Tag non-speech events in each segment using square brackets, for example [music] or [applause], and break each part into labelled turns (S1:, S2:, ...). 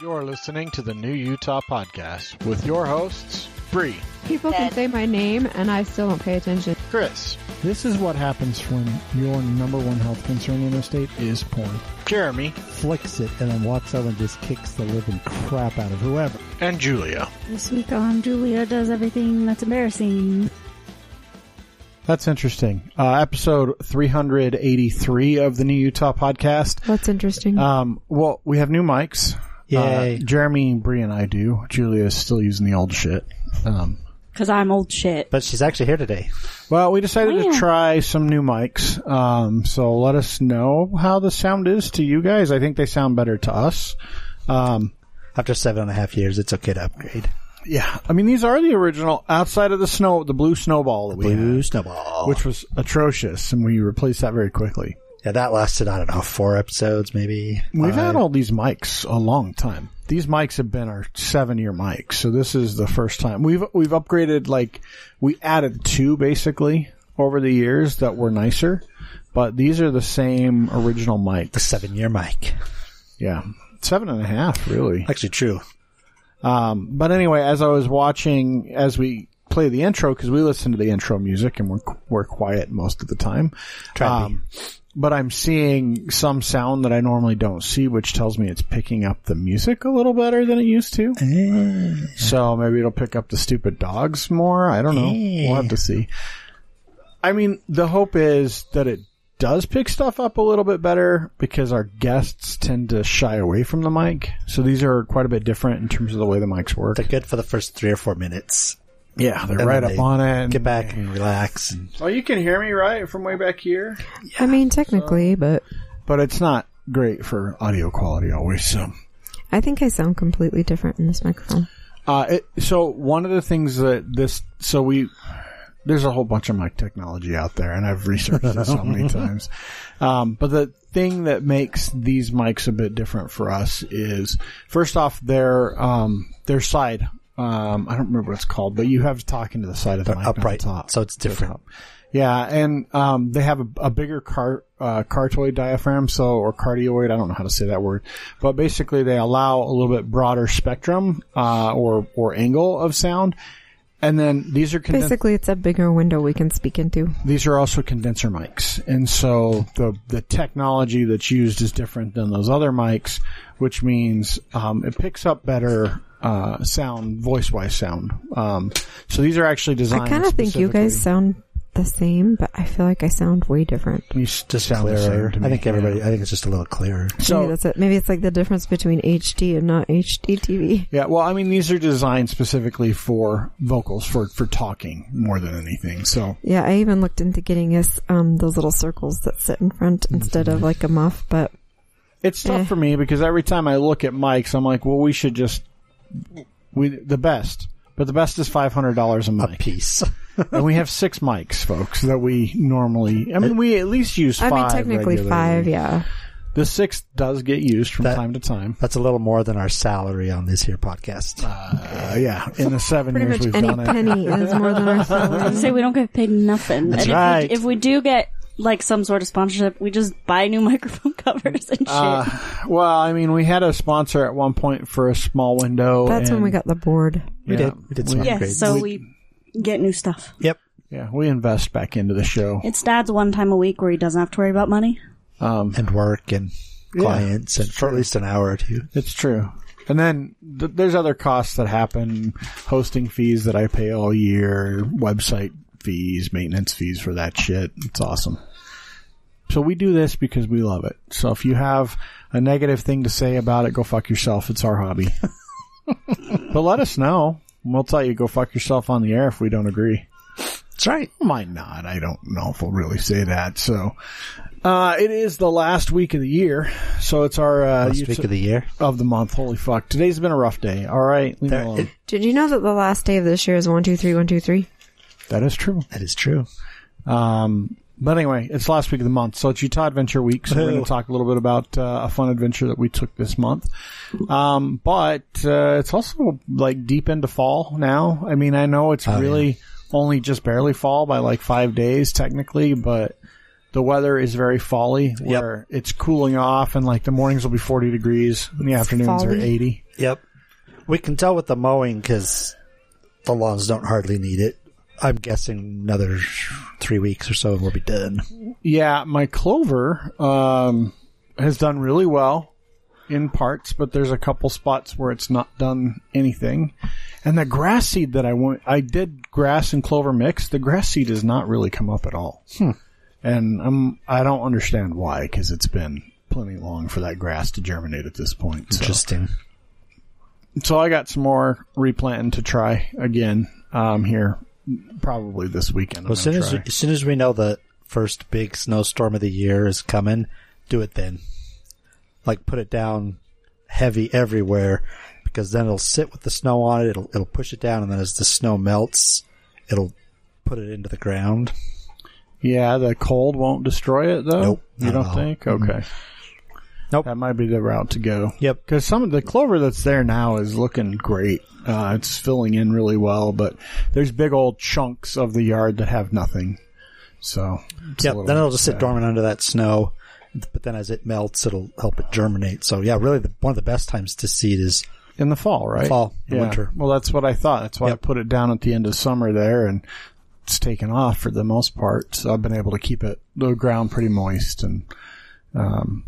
S1: You're listening to the New Utah Podcast with your hosts, Bree,
S2: People can say my name and I still don't pay attention.
S1: Chris,
S3: This is what happens when your number one health concern in the state is porn.
S1: Jeremy,
S4: flicks it and then walks over and just kicks the living crap out of whoever.
S1: and Julia.
S5: This week on Julia Does Everything That's Embarrassing.
S3: That's interesting. Uh, episode 383 of the New Utah Podcast.
S2: That's interesting.
S3: Um, well, we have new mics.
S4: Yay.
S3: Uh, Jeremy, Bree, and I do. Julia is still using the old shit. Um,
S5: Because I'm old shit.
S4: But she's actually here today.
S3: well, we decided
S5: Yeah.
S3: to try some new mics. Um, so let us know how the sound is to you guys. I think they sound better to us. Um,
S4: After seven and a half years, it's okay to upgrade.
S3: yeah, I mean these are the original outside of the snow, the blue snowball that we
S4: Blue
S3: had.
S4: Snowball.
S3: which was atrocious, and we replaced that very quickly.
S4: yeah, that lasted, I don't know, four episodes maybe.
S3: We've
S4: Uh,
S3: had all these mics a long time. These mics have been our seven-year mics, so this is the first time we've we've upgraded. Like we added two basically over the years that were nicer, but these are the same original
S4: the
S3: mics.
S4: seven year mic.
S3: Yeah, seven and a half really.
S4: Actually, true.
S3: Um, but anyway, as I was watching, as we play the intro, because we listen to the intro music and we're we're quiet most of the time.
S4: Try to
S3: Um, but I'm seeing some sound that I normally don't see, which tells me it's picking up the music a little better than it used to.
S4: Eh.
S3: So maybe it'll pick up the stupid dogs more. I don't know. We'll have to see. I mean, the hope is that it does pick stuff up a little bit better because our guests tend to shy away from the mic. So these are quite a bit different in terms of the way the mics work.
S4: They're good for the first three or four minutes.
S3: yeah, they're
S4: And
S3: right
S4: then
S3: up
S4: they
S3: on it. and-
S4: Get back and relax. And
S3: Oh, you can hear me right from way back here.
S2: I mean, technically, but
S3: But it's not great for audio quality always. So.
S2: I think I sound completely different in this microphone.
S3: Uh, it, so one of the things that this, so we, there's a whole bunch of mic technology out there, and I've researched it so
S4: [laughs]
S3: many times. Um, but the thing that makes these mics a bit different for us is, first off, their um, their side. Um, I don't remember what it's called, but you have to talk into the side of the
S4: They're
S3: mic, not
S4: upright,
S3: the top.
S4: so it's
S3: The
S4: different.
S3: top. Yeah, and um, they have a, a bigger car uh, cartoid diaphragm, so or cardioid. I don't know how to say that word, but basically they allow a little bit broader spectrum uh, or or angle of sound. And then these are conden-
S2: Basically, it's a bigger window we can speak into.
S3: these are also condenser mics, and so the the technology that's used is different than those other mics, which means um, it picks up better uh, sound, voice wise sound. Um, so these are actually designed.
S2: I kind of think you guys
S3: specifically-
S2: sound the same, but I feel like I sound way different.
S3: You s-
S4: Just
S3: sound the same
S4: clearer.
S3: to
S4: I
S3: me,
S4: think everybody,
S3: yeah.
S4: I think it's just a little clearer.
S3: So
S2: maybe that's it. Maybe it's like the difference between HD and not HDTV.
S3: Yeah, well, I mean, these are designed specifically for vocals, for for talking more than anything. So
S2: Yeah, I even looked into getting us um those little circles that sit in front
S3: Mm-hmm.
S2: instead of like a muff, but
S3: it's tough
S2: Eh.
S3: for me because every time I look at mics, I'm like, well, we should just we the best, but the best is five hundred dollars a
S4: A
S3: mic,
S4: piece.
S3: and we have six mics, folks, that we normally. I mean, we at least use.
S2: I
S3: five
S2: mean technically
S3: regularly.
S2: five, yeah.
S3: The sixth does get used from
S4: That-
S3: time to time.
S4: That's a little more than our salary on this here podcast.
S3: Uh, yeah, in
S2: [laughs]
S3: the seven
S2: Pretty
S3: years
S2: much
S3: we've
S2: any
S3: done it.
S2: penny is more than our
S5: I
S3: [laughs]
S2: salary.
S5: say we don't get paid nothing.
S4: That's
S5: and if,
S4: right.
S5: we, if we do get like some sort of sponsorship, we just buy new [laughs] microphone covers and shit.
S4: Ah,
S3: Well, I mean, we had a sponsor at one point for a small window.
S2: That's when
S3: and-
S2: we got the board.
S4: We
S3: yeah,
S4: did. We did some
S5: yes,
S4: upgrades.
S5: so we, get new stuff.
S4: Yep.
S3: Yeah, we invest back into the show.
S5: It's Dad's one time a week where he doesn't have to worry about money.
S3: Um,
S4: And work and clients and for at least an hour or two.
S3: It's true. And then th- there's other costs that happen, hosting fees that I pay all year, website fees, maintenance fees for that shit. It's awesome. So we do this because we love it. So if you have a negative thing to say about it, go fuck yourself. It's our hobby. [laughs] but let us know. We'll tell you go fuck yourself on the air if we don't agree.
S4: That's right.
S3: Might not. I don't know if we'll really say that. So uh, it is the last week of the year. So it's our uh,
S4: Last
S3: Utah-
S4: week of the year.
S3: of the month. Holy fuck. Today's been a rough day. All right. Leave me
S4: There-
S3: alone.
S4: it-
S2: Did you know that the last day of this year is one two three one two three?
S3: that is true.
S4: That is true.
S3: Um, but anyway, it's last week of the month. So it's Utah Adventure Week. So we're going
S4: Woo.
S3: to talk a little bit about uh, a fun adventure that we took this month. Um, but uh, it's also like deep into fall now. I mean, I know it's really only just barely fall by like five days technically, but the weather is very folly, where it's cooling off, and like the mornings will be 40 degrees, and the afternoons are
S2: Folly.
S3: 80.
S6: Yep. We can tell with the mowing because the lawns don't hardly need it. I'm guessing another three weeks or so and we'll be done.
S3: Yeah, my clover um, has done really well in parts, but there's a couple spots where it's not done anything. And the grass seed that I went, I did grass and clover mix. The grass seed has not really come up at all.
S6: Hmm.
S3: And I'm, I don't understand why, because it's been plenty long for that grass to germinate at this point. So.
S6: Interesting.
S3: so I got some more replanting to try again um, here, probably this weekend. I'm
S6: Well, as soon
S3: gonna
S6: as,
S3: try.
S6: as soon as we know the first big snowstorm of the year is coming, do it then. Like put it down heavy everywhere because then it'll sit with the snow on it. It'll it'll push it down, and then as the snow melts, it'll put it into the ground.
S3: Yeah, the cold won't destroy it though.
S6: Nope,
S3: you
S6: not
S3: don't
S6: at all.
S3: think? Okay.
S6: Nope.
S3: That might be the route to go.
S6: Yep.
S3: Because some of the clover that's there now is looking great. Uh, it's filling in really well, but there's big old chunks of the yard that have nothing. So. it's a
S6: Yep.
S3: little
S6: Then it'll just sit
S3: sad.
S6: dormant under that snow, but then as it melts, it'll help it germinate. So yeah, really, the, one of the best times to seed is
S3: in the fall, right?
S6: Fall, the winter.
S3: Well, that's what I thought. That's why I
S6: Yep.
S3: put it down at the end of summer there, and it's taken off for the most part. So I've been able to keep it the ground pretty moist. And um,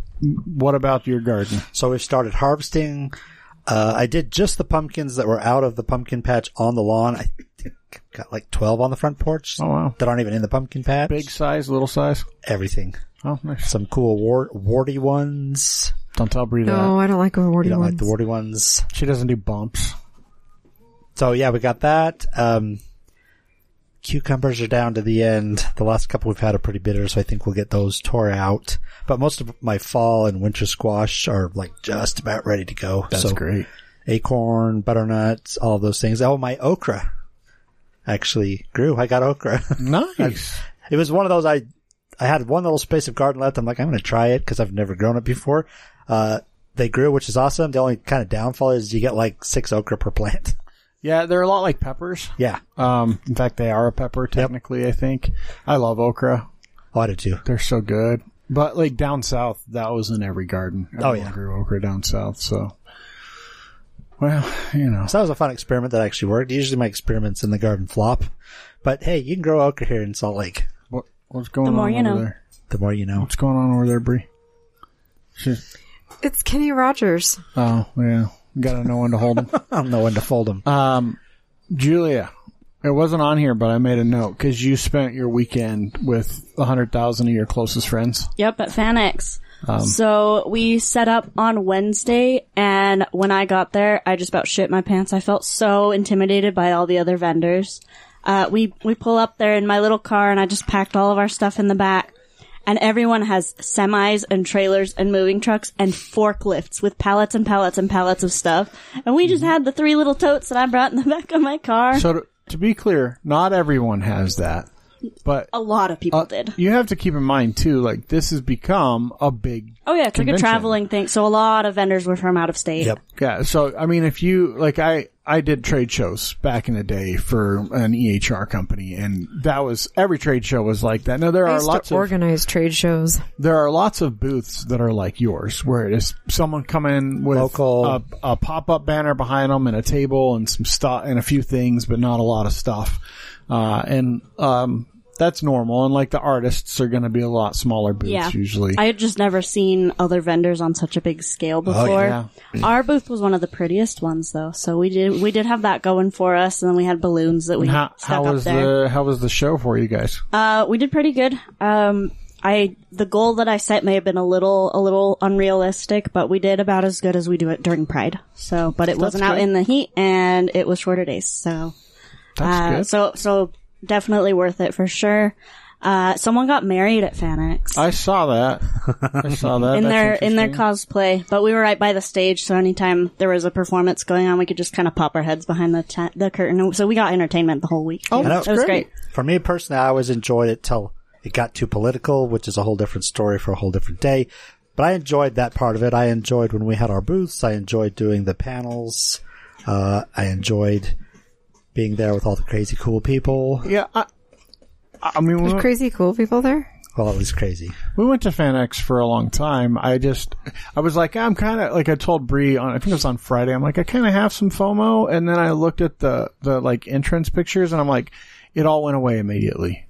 S3: what about your garden?
S6: So we've started harvesting. Uh, I did just the pumpkins that were out of the pumpkin patch on the lawn. I think I've got like 12 on the front porch
S3: Oh wow,
S6: that aren't even in the pumpkin patch.
S3: big size, little size.
S6: Everything.
S3: Oh, nice.
S6: Some cool wart, warty ones.
S3: Don't tell Bree
S2: No, I don't like
S6: You
S2: awarding
S6: don't
S2: ones.
S6: like the warty ones.
S3: that. She doesn't do bumps.
S6: So yeah, we got that. Um, cucumbers are down to the end. The last couple we've had are pretty bitter, so I think we'll get those tore out. But most of my fall and winter squash are like just about ready to go. so
S3: great.
S6: acorn, butternuts, all of those things. Oh, my okra actually grew. I got okra. [laughs]
S3: Nice.
S6: it was one of those I, I had one little space of garden left. I'm like, I'm going to try it because I've never grown it before. Uh, they grew, which is awesome. The only kind of downfall is you get like six okra per plant. [laughs]
S3: Yeah, they're a lot like peppers.
S6: Yeah.
S3: Um, in fact, they are a pepper technically. I think. I love okra.
S6: Oh, I did too.
S3: They're so good. But like down south, that was in every garden.
S6: Oh,
S3: Everyone
S6: yeah.
S3: grew okra down south. So, well, you know,
S6: So that was a fun experiment that actually worked. Usually my experiments in the garden flop, but hey, you can grow okra here in Salt Lake.
S3: what, what's going
S5: The
S3: on
S5: more
S3: over
S5: you know.
S3: there?
S6: The more you know. [laughs]
S3: What's going on over there, Bree? She's-
S2: It's Kenny Rogers.
S3: Oh yeah, got to know when to hold them.
S6: I don't know when to fold them.
S3: Um, Julia, it wasn't on here, but I made a note because you spent your weekend with a hundred thousand of your closest friends.
S5: Yep, at Fanex.
S3: Um,
S5: so we set up on Wednesday, and when I got there, I just about shit my pants. I felt so intimidated by all the other vendors. Uh, we we pull up there in my little car, and I just packed all of our stuff in the back. And everyone has semis and trailers and moving trucks and forklifts with pallets and pallets and pallets of stuff. And we just had the three little totes that I brought in the [laughs] back of my
S2: Uh-huh.
S5: car.
S3: Mm-hmm. So to, to be clear, not everyone has that, but
S5: a lot of people
S3: Uh,
S5: did.
S3: You have to keep in mind too, like this has become a big
S5: Oh yeah, it's like a
S3: convention.
S5: traveling thing. So a lot of vendors were from out of state.
S6: Yep.
S3: yeah. So I mean, if you like, I I did trade shows back in the day for an EHR company, and that was every trade show was like that. Now there
S2: I
S3: are
S2: used
S3: lots
S2: to
S3: of
S2: organize trade shows.
S3: there are lots of booths that are like yours, where it is someone come in with
S6: Local.
S3: a, a pop up banner behind them and a table and some stuff and a few things, but not a lot of stuff. Uh, and um, that's normal. And like the artists are going to be a lot smaller booths
S5: Yeah.
S3: usually.
S5: I had just never seen other vendors on such a big scale before.
S3: Oh, yeah.
S5: Our booth was one of the prettiest ones though, so we did we did have that going for us, and then we had balloons that we
S3: And how,
S5: stuck
S3: how
S5: up
S3: was
S5: there.
S3: the how was the show for you guys?
S5: Uh, we did pretty good. Um, I the goal that I set may have been a little a little unrealistic, but we did about as good as we do it during Pride. So, but it wasn't out
S3: good.
S5: in the heat, and it was shorter days, so
S3: That's
S5: uh,
S3: good.
S5: So so definitely worth it for sure. Uh, someone got married at Fanex.
S3: I saw that. I saw that.
S5: [laughs] in
S3: Uh, That's
S5: their in their
S3: interesting.
S5: cosplay, but we were right by the stage, so anytime there was a performance going on, we could just kind of pop our heads behind the ta- the curtain. So we got entertainment the whole week. Oh,
S6: that's
S5: was great.
S6: great. For me personally, I always enjoyed it till it got too political, which is a whole different story for a whole different day. But I enjoyed that part of it. I enjoyed when we had our booths. I enjoyed doing the panels. Uh, I enjoyed being there with all the crazy cool people.
S3: yeah. I, I mean, we
S2: There's
S3: went-
S2: crazy cool people there.
S6: Well, it was crazy.
S3: We went to FanX for a long time. I just, I was like, I'm kind of like I told Bree on, I think it was on Friday. I'm like, I kind of have some FOMO, and then I looked at the the like entrance pictures, and I'm like, it all went away immediately.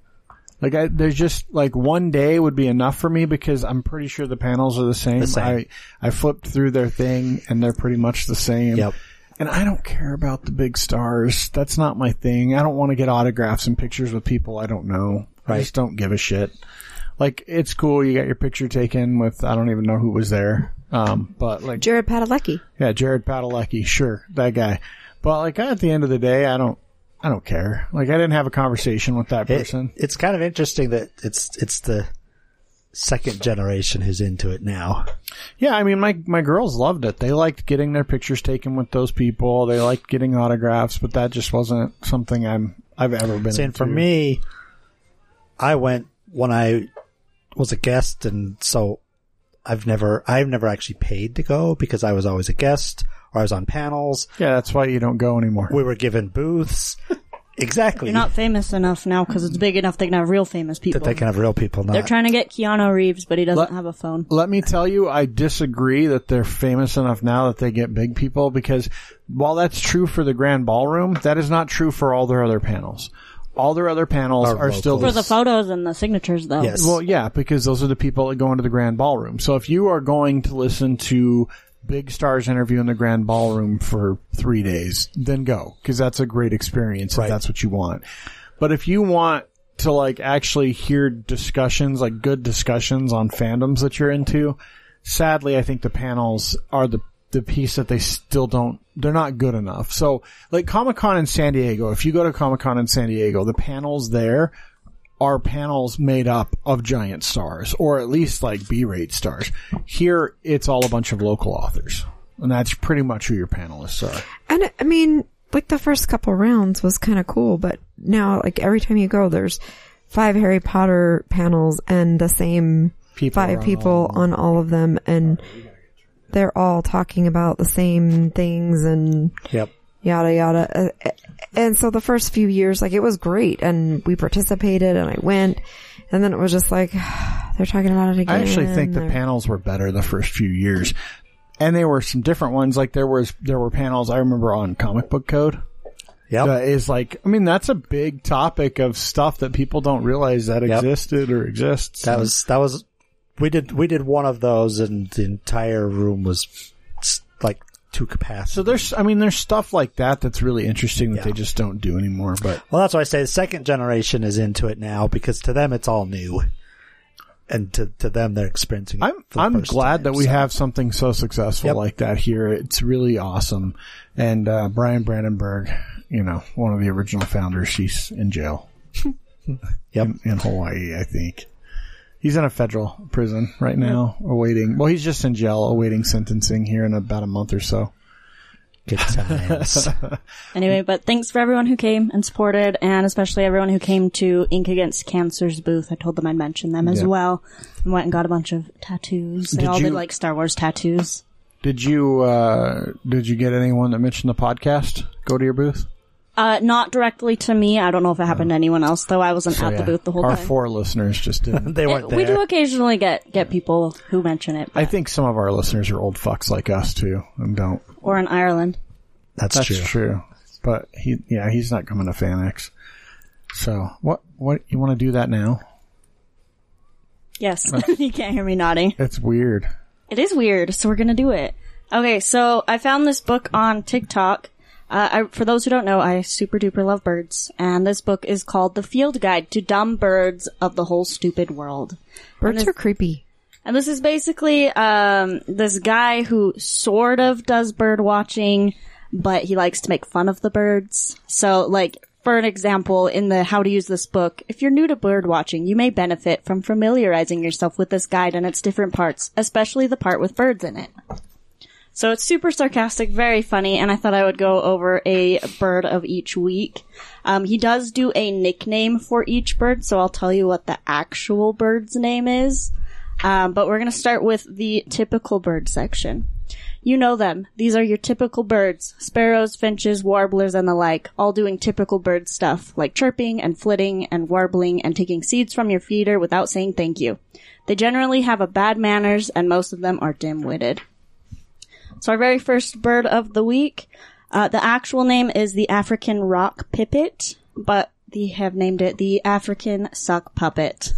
S3: Like I, there's just like one day would be enough for me because I'm pretty sure the panels are the same.
S6: The same.
S3: I I flipped through their thing and they're pretty much the same.
S6: Yep.
S3: And I don't care about the big stars. That's not my thing. I don't want to get autographs and pictures with people I don't know. I just don't give a shit. Like it's cool you got your picture taken with I don't even know who was there. Um, but like
S2: Jared Padalecki.
S3: yeah, Jared Padalecki, sure, that guy. But like at the end of the day, I don't I don't care. Like I didn't have a conversation with that
S6: It-
S3: person.
S6: it's kind of interesting that it's it's the second generation who's into it now.
S3: Yeah, I mean, my my girls loved it. They liked getting their pictures taken with those people. They liked getting autographs, but that just wasn't something I'm I've ever been.
S6: And
S3: into.
S6: for me, I went when I was a guest, and so I've never I've never actually paid to go because I was always a guest or I was on panels.
S3: yeah, that's why you don't go anymore.
S6: We were
S5: [laughs]
S6: given booths. Exactly.
S5: You're not famous enough now because it's big enough they can have real famous people.
S6: that they can have real people. Not
S3: uh,
S5: They're trying to get Keanu Reeves, but he doesn't
S3: Let-
S5: have a phone.
S3: Let me tell you, I disagree that they're famous enough now that they get big people because while that's true for the grand ballroom, that is not true for all their other panels. All their other panels
S6: Are
S3: are, still
S6: local.
S5: For the photos and the signatures, though.
S6: Yes.
S3: Well, yeah, because those are the people that go into the grand ballroom. So if you are going to listen to big stars interview in the grand ballroom for three days, then go because that's a great experience
S6: Right.
S3: if that's what you want. But if you want to like actually hear discussions, like good discussions on fandoms that you're into, sadly, I think the panels are the the piece that they still don't they're not good enough. So like Comic Con in San Diego, if you go to Comic Con in San Diego, the panels there are panels made up of giant stars, or at least like B-rate stars. Here, it's all a bunch of local authors, and that's pretty much who your panelists are.
S2: And I mean, like the first couple rounds was kind of cool, but now like every time you go, there's five Harry Potter panels and the same
S3: People are
S2: five
S3: on all
S2: people
S3: of
S2: on all of them, and they're all talking about the same things and
S6: Yep.
S2: yada yada. Uh, And so the first few years, like it was great, and we participated, and I went, and then it was just like [sighs] they're talking about it again.
S3: I actually think the
S2: they're-
S3: panels were better the first few years, and there were some different ones. Like there was there were panels I remember on Comic Book Code.
S6: Yep.
S3: That is like, I mean, that's a big topic of stuff that people don't realize that
S6: Yep.
S3: existed or exists.
S6: That was that was we did we did one of those and the entire room was s- like two capacity.
S3: so there's, I mean, there's stuff like that that's really interesting that
S6: Yeah.
S3: they just don't do anymore. But
S6: well, that's why I say the second generation is into it now because to them it's all new, and to to them they're experiencing. It
S3: I'm
S6: for the
S3: I'm
S6: first
S3: glad
S6: time,
S3: that we
S6: so.
S3: have something so successful
S6: Yep.
S3: like that here. It's really awesome. And uh, Brian Brandenburg, you know, one of the original founders, he's in jail
S6: [laughs] Yep.
S3: in Hawaii, I think. He's in a federal prison right now, awaiting. Well, he's just in jail, awaiting sentencing here in about a month or so.
S6: Good times.
S3: [laughs]
S5: Anyway, but thanks for everyone who came and supported, and especially everyone who came to Ink Against Cancer's booth. I told them I'd mention them as
S3: Yeah.
S5: well, and went and got a bunch of tattoos. They
S3: Did
S5: all
S3: you-
S5: did like Star Wars tattoos.
S3: Did you uh, did you get anyone that mentioned the podcast? Go to your booth.
S5: Uh, not directly to me. I don't know if it happened to anyone else, though. I wasn't at
S3: Oh.
S6: Oh,
S3: Yeah.
S5: the booth the whole
S3: Our
S5: time.
S3: four listeners just
S6: [laughs]
S3: didn't.
S6: [laughs] they
S5: It-
S6: weren't there.
S5: we do occasionally get get people who mention it,
S3: I think some of our listeners are old fucks like us too, and don't
S5: or in Ireland.
S6: that's,
S3: That's
S6: true.
S3: true. But he, yeah, he's not coming to FanX. So what? What you want to do that now?
S5: Yes, [laughs] you can't hear me nodding.
S3: It's weird.
S5: It is weird, so we're gonna do it. Okay, so I found this book on TikTok. Uh, I, for those who don't know, I super duper love birds, and this book is called "The Field Guide to Dumb Birds of the Whole Stupid World."
S2: birds are creepy.
S5: And this is basically um, this guy who sort of does bird watching, but he likes to make fun of the birds. So, like, for an example, in the How to Use This book, if you're new to bird watching, you may benefit from familiarizing yourself with this guide and its different parts, especially the part with birds in it. So it's super sarcastic, very funny, and I thought I would go over a bird of each week. Um, he does do a nickname for each bird, so I'll tell you what the actual bird's name is. Um, but we're going to start with the typical bird section. You know them. These are your typical birds. Sparrows, finches, warblers, and the like, all doing typical bird stuff, like chirping and flitting and warbling and taking seeds from your feeder without saying thank you. They generally have a bad manners and most of them are dim-witted. So our very first bird of the week, uh, the actual name is the African rock pipit, but they have named it the African suck puppet.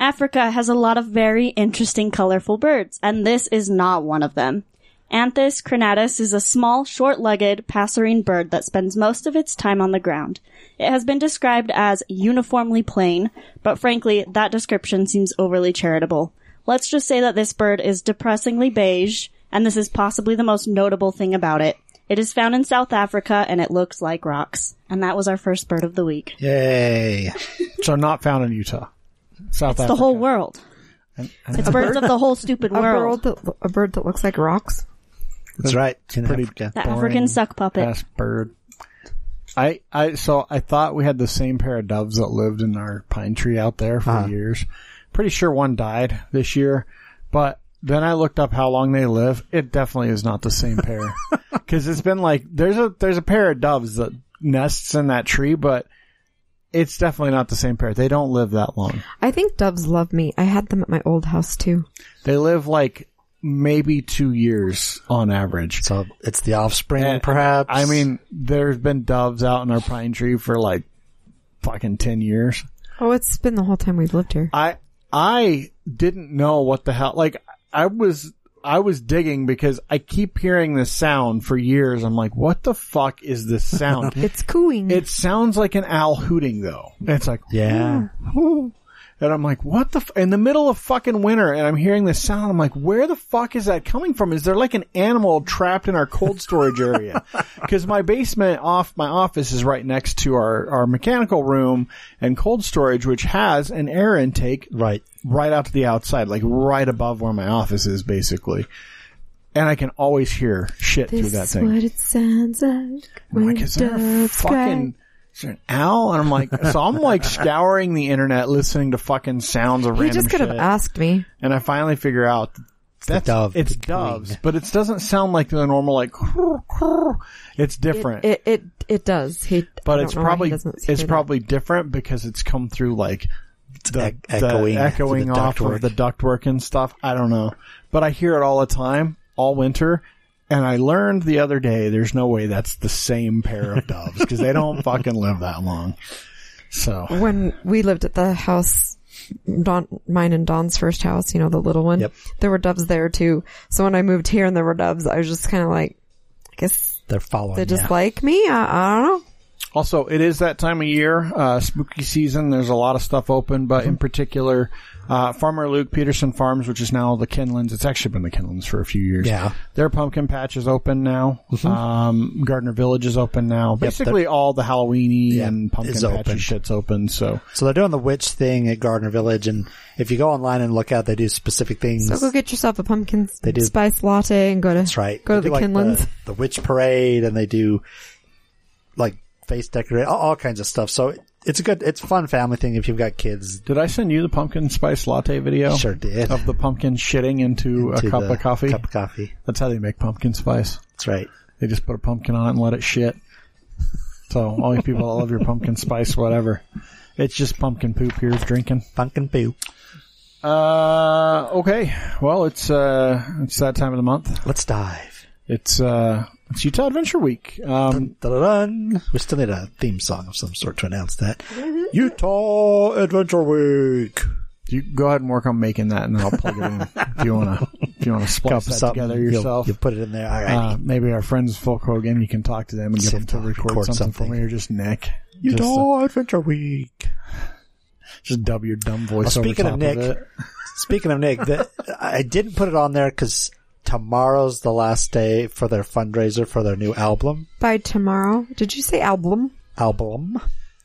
S5: Africa has a lot of very interesting colorful birds, and this is not one of them. Anthus crenatus is a small, short-legged passerine bird that spends most of its time on the ground. It has been described as uniformly plain, but frankly, that description seems overly charitable. Let's just say that this bird is depressingly beige, and this is possibly the most notable thing about it. It is found in South Africa and it looks like rocks. And that was our first bird of the week.
S6: Yay.
S3: So not found in Utah, South Africa.
S5: The whole world. It's birds of the whole stupid
S2: A bird
S5: world.
S2: that a bird that looks like rocks.
S6: That's right. In
S3: pretty-
S6: Africa.
S5: The
S3: boring
S5: African suck puppet.
S3: Best bird. I I so I thought we had the same pair of doves that lived in our pine tree out there for years. Pretty sure one died this year, but then I looked up how long they live. It definitely is not the same pair because it's been like there's a there's a pair of doves that nests in that tree, but it's definitely not the same pair. They don't live that long.
S2: I think doves love me. I had them at my old house too.
S3: They live like maybe two years on average.
S6: So it's the offspring,
S3: And,
S6: perhaps.
S3: I mean, there's been doves out in our pine tree for like fucking 10 years.
S2: Oh, it's been the whole time we've lived here.
S3: I, I didn't know what the hell, like I was, I was digging because I keep hearing this sound for years. I'm like, what the fuck is this [laughs] sound?
S2: It's cooing.
S3: it sounds like an owl hooting though. And it's like,
S6: yeah.
S3: and I'm like, what the, f-? in the middle of fucking winter and I'm hearing this sound. I'm like, where the fuck is that coming from? Is there like an animal trapped in our cold storage area? Cause my basement off my office is right next to our, our mechanical room and cold storage, which has an air intake
S6: Right.
S3: right out to the outside, like right above where my office is basically. And I can always hear shit
S2: this
S3: through that
S2: is
S3: thing.
S2: what it sounds like.
S3: I'm
S2: when
S3: like, is there a
S2: doves cry.
S3: fucking is there an owl? And I'm like, so I'm
S2: [laughs]
S3: like scouring the internet, listening to fucking sounds of
S2: You
S3: random
S2: just could have
S3: shit.
S2: asked me.
S3: and I finally figure out that's
S6: dove.
S3: It's
S6: The queen.
S3: [laughs] doves, but it doesn't sound like the normal like. [laughs] It's different,
S2: It it it does. He, I
S3: but
S2: don't
S3: it's
S2: know why he
S3: probably
S2: doesn't
S3: it's
S2: hear that.
S3: probably different because it's come through like the,
S6: ec-
S3: the
S6: echoing through
S3: echoing
S6: the
S3: off
S6: ductwork.
S3: of the ductwork and stuff. I don't know, but I hear it all the time, all winter. And I learned the other day, there's no way that's the same pair of doves because they
S6: [laughs]
S3: don't fucking live that long. So
S2: when we lived at the house, Don, mine and Don's first house, you know, the little one,
S6: Yep.
S2: there were doves there too. So when I moved here and there were doves, I was just kind of like, I guess
S6: They're following.
S2: they just
S6: you.
S2: like me. I, I don't know.
S3: Also, it is that time of year, uh, spooky season. There's a lot of stuff open, but
S6: Mm-hmm.
S3: in particular, uh, Farmer Luke Peterson Farms, which is now the Kinlands. It's actually been the Kinlands for a few years.
S6: Yeah.
S3: Their pumpkin patch is open now. Um, Gardner Village is open now. Basically, all the Halloweeny
S6: Yeah,
S3: and pumpkin
S6: is
S3: patchy
S6: open.
S3: shit's open. So
S6: So they're doing the witch thing at Gardner Village, and if you go online and look out, they do specific things.
S2: So go get yourself a pumpkin
S6: They do-
S2: spice latte and go to
S6: That's right.
S2: go to
S6: They
S2: the
S6: do, like,
S2: Kinlands.
S6: The, the witch parade, and they do like face decorate, all, all kinds of stuff. So it's a good, it's a fun family thing if you've got kids.
S3: did I send you the pumpkin spice latte video?
S6: Sure did.
S3: Oh. Of the pumpkin shitting into,
S6: To
S3: a cup
S6: the
S3: of coffee.
S6: Cup of coffee.
S3: That's how they make pumpkin spice.
S6: That's right.
S3: They just put a pumpkin on it and let it shit. So all you people that love your pumpkin spice, whatever. It's just pumpkin poop here drinking.
S6: Pumpkin poo.
S3: Uh, okay. Well, it's uh, it's that time of the month.
S6: Let's dive.
S3: It's uh, it's Utah Adventure Week. Um,
S6: Dun-dun-dun. We still need a theme song of some sort to announce that. Utah Adventure Week.
S3: you go ahead and work on making that, and then I'll plug it
S6: [laughs]
S3: in. if you wanna, if you wanna splice that
S6: Something.
S3: together
S6: You'll-
S3: yourself.
S6: You put it in there. All right.
S3: Uh, maybe our friends Folk Hogan, you can talk to them and get
S6: See
S3: them
S6: if
S3: to
S6: they'll
S3: record,
S6: record
S3: something, for
S6: something.
S3: me, or just Nick. Just, uh,
S6: Utah Adventure Week.
S3: just dub your dumb voice
S6: Well,
S3: over
S6: speaking of
S3: top
S6: Nick,
S3: it.
S6: Speaking of Nick, the, I didn't put it on there because tomorrow's the last day for their fundraiser for their new album.
S2: By tomorrow, did you say album?
S6: Album.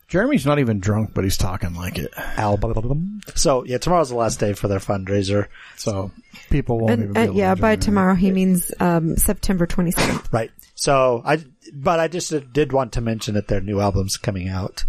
S3: Jeremy's not even drunk, but he's talking like it.
S6: Album. So, yeah, tomorrow's the last day for their fundraiser.
S3: So people won't even.
S2: And,
S3: Be
S2: uh,
S3: able
S2: yeah,
S3: to
S2: by
S3: enjoy it.
S2: tomorrow he means um, September 27th.
S6: Right. So, I, but I just did want to mention that their new album's coming out.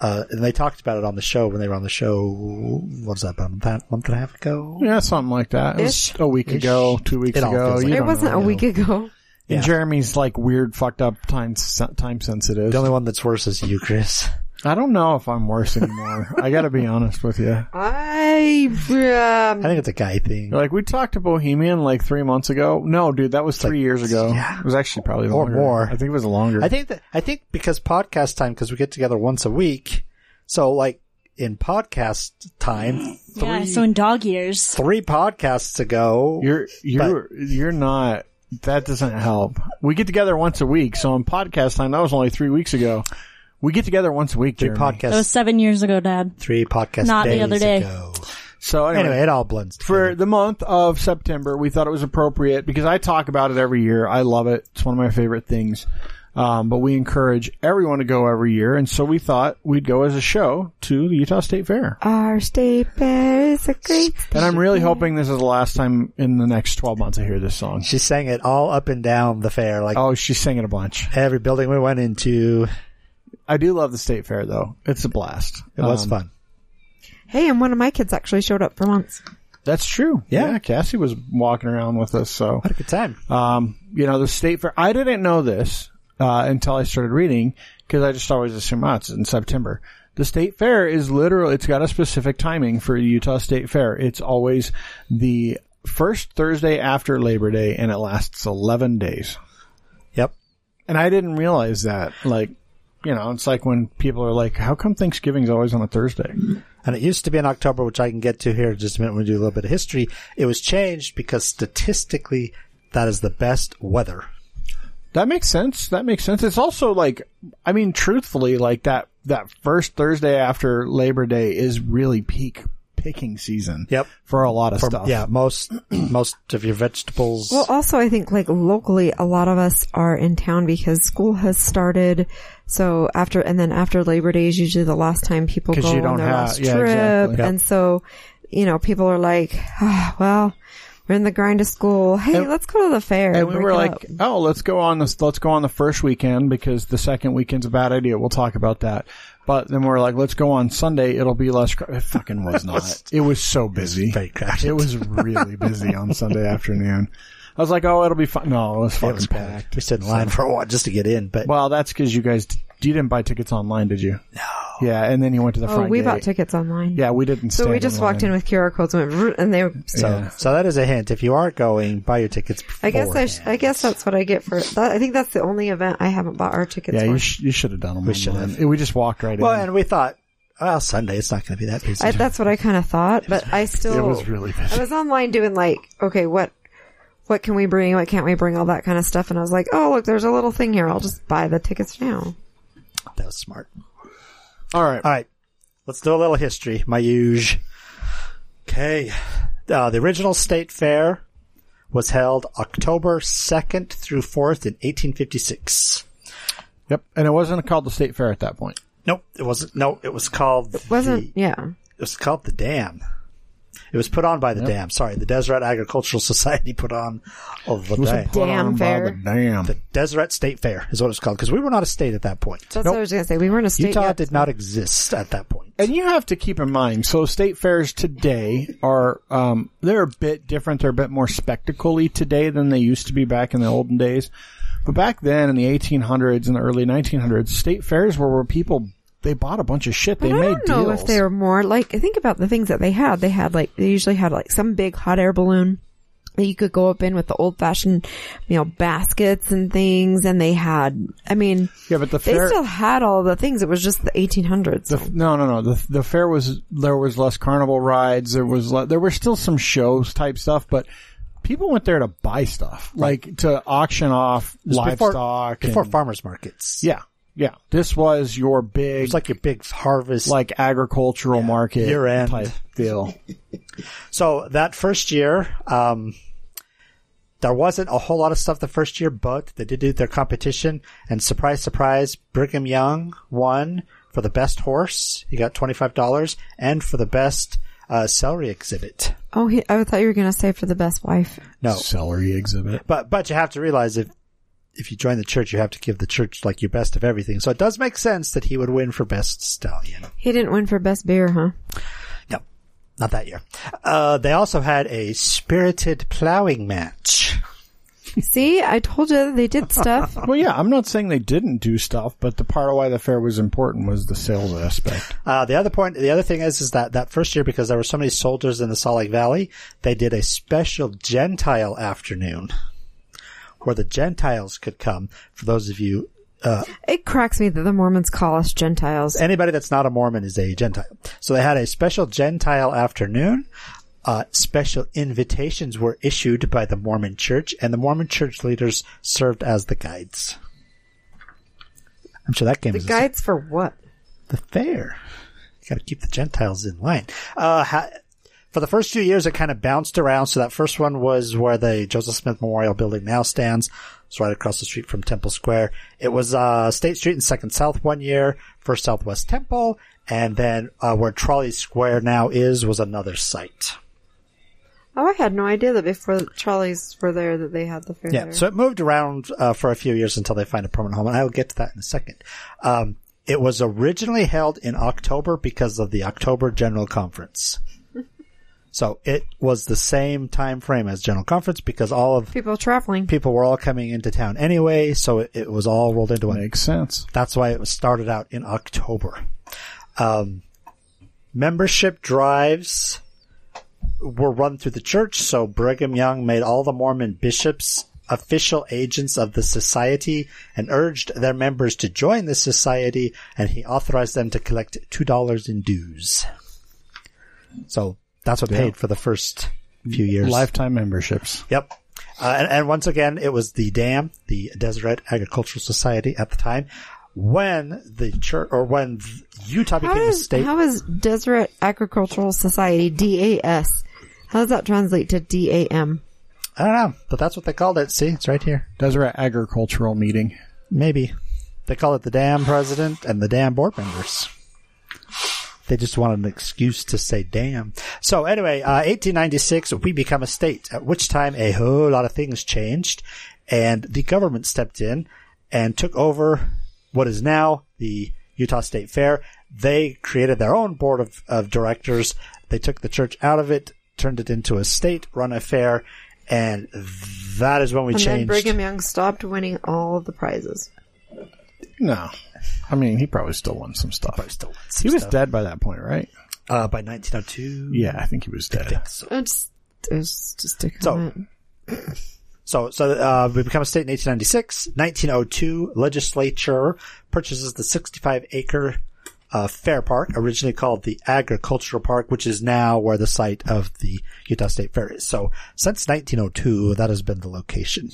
S6: Uh, and they talked about it on the show when they were on the show. What was that about a month, month and a half ago?
S3: Yeah, something like that. It was
S2: Ish.
S3: a week ago, two weeks
S6: It all
S3: ago.
S6: feels
S3: you
S6: like
S2: it
S3: don't
S2: wasn't
S3: know.
S2: a week ago.
S3: And
S6: Yeah.
S3: Jeremy's like weird, fucked up, time sen- time sensitive.
S6: The only one that's worse is you, Chris.
S3: I don't know if I'm worse anymore. I got to be honest with you.
S2: I
S6: I
S2: um,
S6: think it's a guy thing.
S3: You're Like we talked to Bohemian like three months ago. No, dude, that was three
S6: like-
S3: years ago.
S6: yeah.
S3: It was actually probably
S6: Or
S3: longer.
S6: more.
S3: I think it was longer.
S6: I think that I think because podcast time because we get together once a week. So like in podcast time,
S5: Yeah, so in dog years.
S6: three podcasts ago,
S3: you're you're you're not. That doesn't help. We get together once a week. So on podcast time, that was only three weeks ago. We get together once a week.
S6: three
S3: Jeremy.
S5: That was
S6: podcasts,
S5: seven years ago, Dad.
S6: three podcasts
S5: Not the
S6: days
S5: other day.
S6: ago.
S3: So anyway,
S6: Anyway, it all blends.
S3: for
S6: Together.
S3: the month of September, we thought it was appropriate because I talk about it every year. I love it. It's one of my favorite things. Um, but we encourage everyone to go every year. And so we thought we'd go as a show to the Utah State Fair.
S2: our state fair is a great.
S3: And I'm really hoping this is the last time in the next 12 months I hear this song.
S6: she sang it all up and down the fair, like
S3: Oh, she's singing a bunch.
S6: every building we went into.
S3: I do love the state fair though. It's a blast.
S6: It was
S3: Um,
S6: fun.
S2: Hey, and one of my kids actually showed up for once.
S3: That's true.
S6: Yeah.
S3: yeah. Cassie was walking around with us. So
S6: What a good time.
S3: Um, you know, the state fair, I didn't know this, uh, until I started reading because I just always assume, oh, it's in September. The state fair is literally, it's got a specific timing for Utah State Fair. It's always the first Thursday after Labor Day and it lasts 11 days.
S6: Yep.
S3: And I didn't realize that. Like, you know, it's like when people are like, how come Thanksgiving's always on a Thursday?
S6: And it used to be in October, which I can get to here in just a minute when we do a little bit of history. It was changed because statistically, that is the best weather.
S3: That makes sense. That makes sense. It's also like, I mean, truthfully, like that, that first Thursday after Labor Day is really peak picking season.
S6: Yep.
S3: For a lot of
S6: For,
S3: stuff.
S6: yeah, most [clears throat] most of your vegetables.
S2: Well, also I think like locally, a lot of us are in town because school has started. So after and then after Labor Day is usually the last time people
S3: 'Cause
S2: go
S3: you
S2: on
S3: don't
S2: their
S3: have-
S2: last
S3: yeah,
S2: trip,
S3: exactly. Yep.
S2: and so you know people are like, ah, well, we're in the grind of school. Hey,
S3: And-
S2: let's go to the fair.
S3: And we
S2: break
S3: were
S2: it
S3: like,
S2: up.
S3: oh, let's go on this, let's go on the first weekend because the second weekend's a bad idea. We'll talk about that. But then we're like, let's go on Sunday. It'll be less. Cr-. It fucking
S2: [laughs]
S3: was not. it was so busy.
S6: very crowded.
S3: It was really busy
S2: [laughs]
S3: on Sunday afternoon. I was like, oh, it'll be fun. No, it was
S6: it
S3: fucking
S6: was
S3: packed.
S6: packed. We stood in line for a while just to get in, but
S3: Well, that's because you guys you didn't buy tickets online, did you? No. Yeah, and then you went to the
S2: oh,
S3: front.
S2: we
S3: gate.
S2: bought tickets online.
S3: Yeah, we didn't.
S2: So we just walked in with QR codes and went, vroom, and they.
S6: so
S3: Yeah.
S6: so that is a hint. If you are going, buy your tickets. Before.
S2: I guess I, sh- I guess that's what I get for that. I think that's the only event I haven't bought our tickets
S3: Yeah,
S2: for.
S3: you, sh- you should have done them. We
S6: should have.
S3: We just walked right
S6: well,
S3: in.
S6: and we thought, well, Sunday it's not going to be that busy.
S2: I, that's what I kind of thought, but I still
S3: it was really
S2: I
S3: busy.
S2: was online doing like, okay, what what can we bring? What can't we bring? All that kind of stuff. And I was like, oh look, there's a little thing here. I'll just buy the tickets now.
S6: that was smart.
S3: All right.
S6: All right, let's do a little history. My huge. Okay, uh, the original state fair was held October second through fourth in 1856.
S3: Yep. And it wasn't called the state fair at that point.
S6: Nope, it wasn't. No, it was called. It
S2: Wasn't yeah.
S6: it was called the Dam. It was put on by the Dam. Sorry, the Deseret Agricultural [laughs] Society put on oh, the
S3: It was
S6: Dam.
S3: put
S2: Damn
S3: on by
S2: fair.
S3: the Damn.
S6: The Deseret State Fair is what it's called because we were not a state at that point.
S2: That's what I was gonna say. We weren't a state
S6: Utah
S2: yet.
S6: did not exist at that point.
S3: And you have to keep in mind, so state fairs today are um, they're a bit different. They're a bit more spectacle-y today than they used to be back in the olden days. But back then, in the 1800s and the early 1900s, state fairs were where people they bought a bunch of shit.
S2: But
S3: they
S2: I
S3: made
S2: don't know
S3: deals.
S2: if they were more like think about the things that they had. They had like they usually had like some big hot air balloon that you could go up in with the old fashioned, you know, baskets and things. And they had, I mean,
S3: yeah, but the
S2: they
S3: fair
S2: still had all the things. It was just the 1800s.
S3: The, no, no, no. The the fair was there was less carnival rides. There was le- there were still some shows type stuff, but people went there to buy stuff, like to auction off
S6: It was before-
S3: livestock.
S6: before,
S3: and-
S6: farmers markets.
S3: yeah, yeah. This was your big
S6: it's like your big harvest.
S3: like agricultural market
S6: year-end.
S3: type deal.
S6: so that first year, um, there wasn't a whole lot of stuff the first year, but they did do their competition. And surprise, surprise, Brigham Young won for the best horse. He got twenty five dollars, and for the best uh, celery exhibit.
S2: Oh, he, I thought you were going to say for the best wife.
S6: No,
S3: Celery exhibit.
S6: But but you have to realize if if you join the church, you have to give the church like your best of everything. So it does make sense that he would win for best stallion.
S2: He didn't win for best beer, huh?
S6: No, not that year. Uh, they also had a spirited plowing match.
S2: See, I told you they did [laughs] stuff.
S3: Well, yeah, I'm not saying they didn't do stuff, but the part of why the fair was important was the sales aspect.
S6: Uh, the other point, the other thing is, is that that first year, because there were so many soldiers in the Salt Lake Valley, they did a special Gentile afternoon where the Gentiles could come. For those of you, uh,
S2: It cracks me that the Mormons call us Gentiles.
S6: anybody that's not a Mormon is a Gentile. So they had a special Gentile afternoon. Uh, special invitations were issued by the Mormon church and the Mormon church leaders served as the guides. I'm sure that came
S2: the
S6: as a
S2: guides for what?
S6: the fair. You got to keep the Gentiles in line. Uh, ha- for the first few years, it kind of bounced around. So that first one was where the Joseph Smith Memorial Building now stands. It's right across the street from Temple Square. It was uh, State Street and Second South one year, First Southwest Temple, and then uh, where Trolley Square now is was another site.
S2: Oh, I had no idea that before the trolleys were there that they had the fair.
S6: Yeah,
S2: there.
S6: so it moved around uh, for a few years until they find a permanent home, and I'll get to that in a second. Um, it was originally held in October because of the October General Conference. so it was the same time frame as General Conference because all of
S2: people traveling.
S6: people were all coming into town anyway, so it, it was all rolled into one.
S3: Makes sense.
S6: That's why it was started out in October. Um, membership drives were run through the church, so Brigham Young made all the Mormon bishops official agents of the society and urged their members to join the society, and he authorized them to collect two dollars in dues. So that's what paid for the first few years.
S3: Lifetime memberships.
S6: Yep. Uh, and, and once again, it was the dam, the Deseret Agricultural Society at the time, when the church or when th- Utah
S2: How
S6: became a
S2: does
S6: state.
S2: how is Deseret Agricultural Society DAS? How does that translate to DAM?
S6: I don't know, but that's what they called it. See, it's right here.
S3: Deseret Agricultural Meeting.
S6: Maybe they call it the dam president and the dam board members. They just wanted an excuse to say damn. So anyway, uh, 1896, we become a state, at which time a whole lot of things changed and the government stepped in and took over what is now the Utah State Fair. They created their own board of, of directors. They took the church out of it, turned it into a state run affair. And that is when we
S2: and then
S6: changed.
S2: Brigham Young stopped winning all of the prizes.
S3: No. I mean, he probably still won some stuff.
S6: Still-
S3: he was dead by that point, right?
S6: uh, by 1902.
S3: Yeah, I think he was dead.
S6: So,
S2: It's it's just a
S6: So-
S2: comment.
S6: so, so, uh, we become a state in 1896. 1902, legislature purchases the 65 acre, uh, fair park, originally called the agricultural park, which is now where the site of the Utah State Fair is. So since 1902, that has been the location.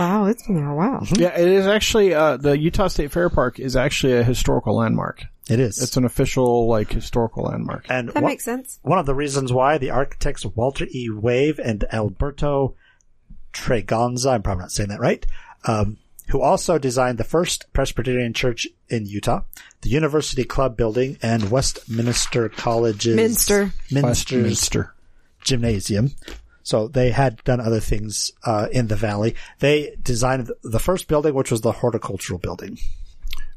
S2: Wow, it's been there a
S6: Mm-hmm.
S2: while.
S3: Yeah, it is actually uh, the Utah State Fair Park is actually a historical landmark.
S6: It is.
S3: It's an official like historical landmark.
S6: and
S2: That
S6: wha-
S2: makes sense.
S6: One of the reasons why the architects Walter E. Wave and Alberto Tregonza, I'm probably not saying that right, um, who also designed the first Presbyterian church in Utah, the University Club building, and Westminster College's
S2: Minster.
S6: Minster's
S3: Westminster.
S6: gymnasium. So they had done other things uh, in the valley. They designed the first building, which was the horticultural building,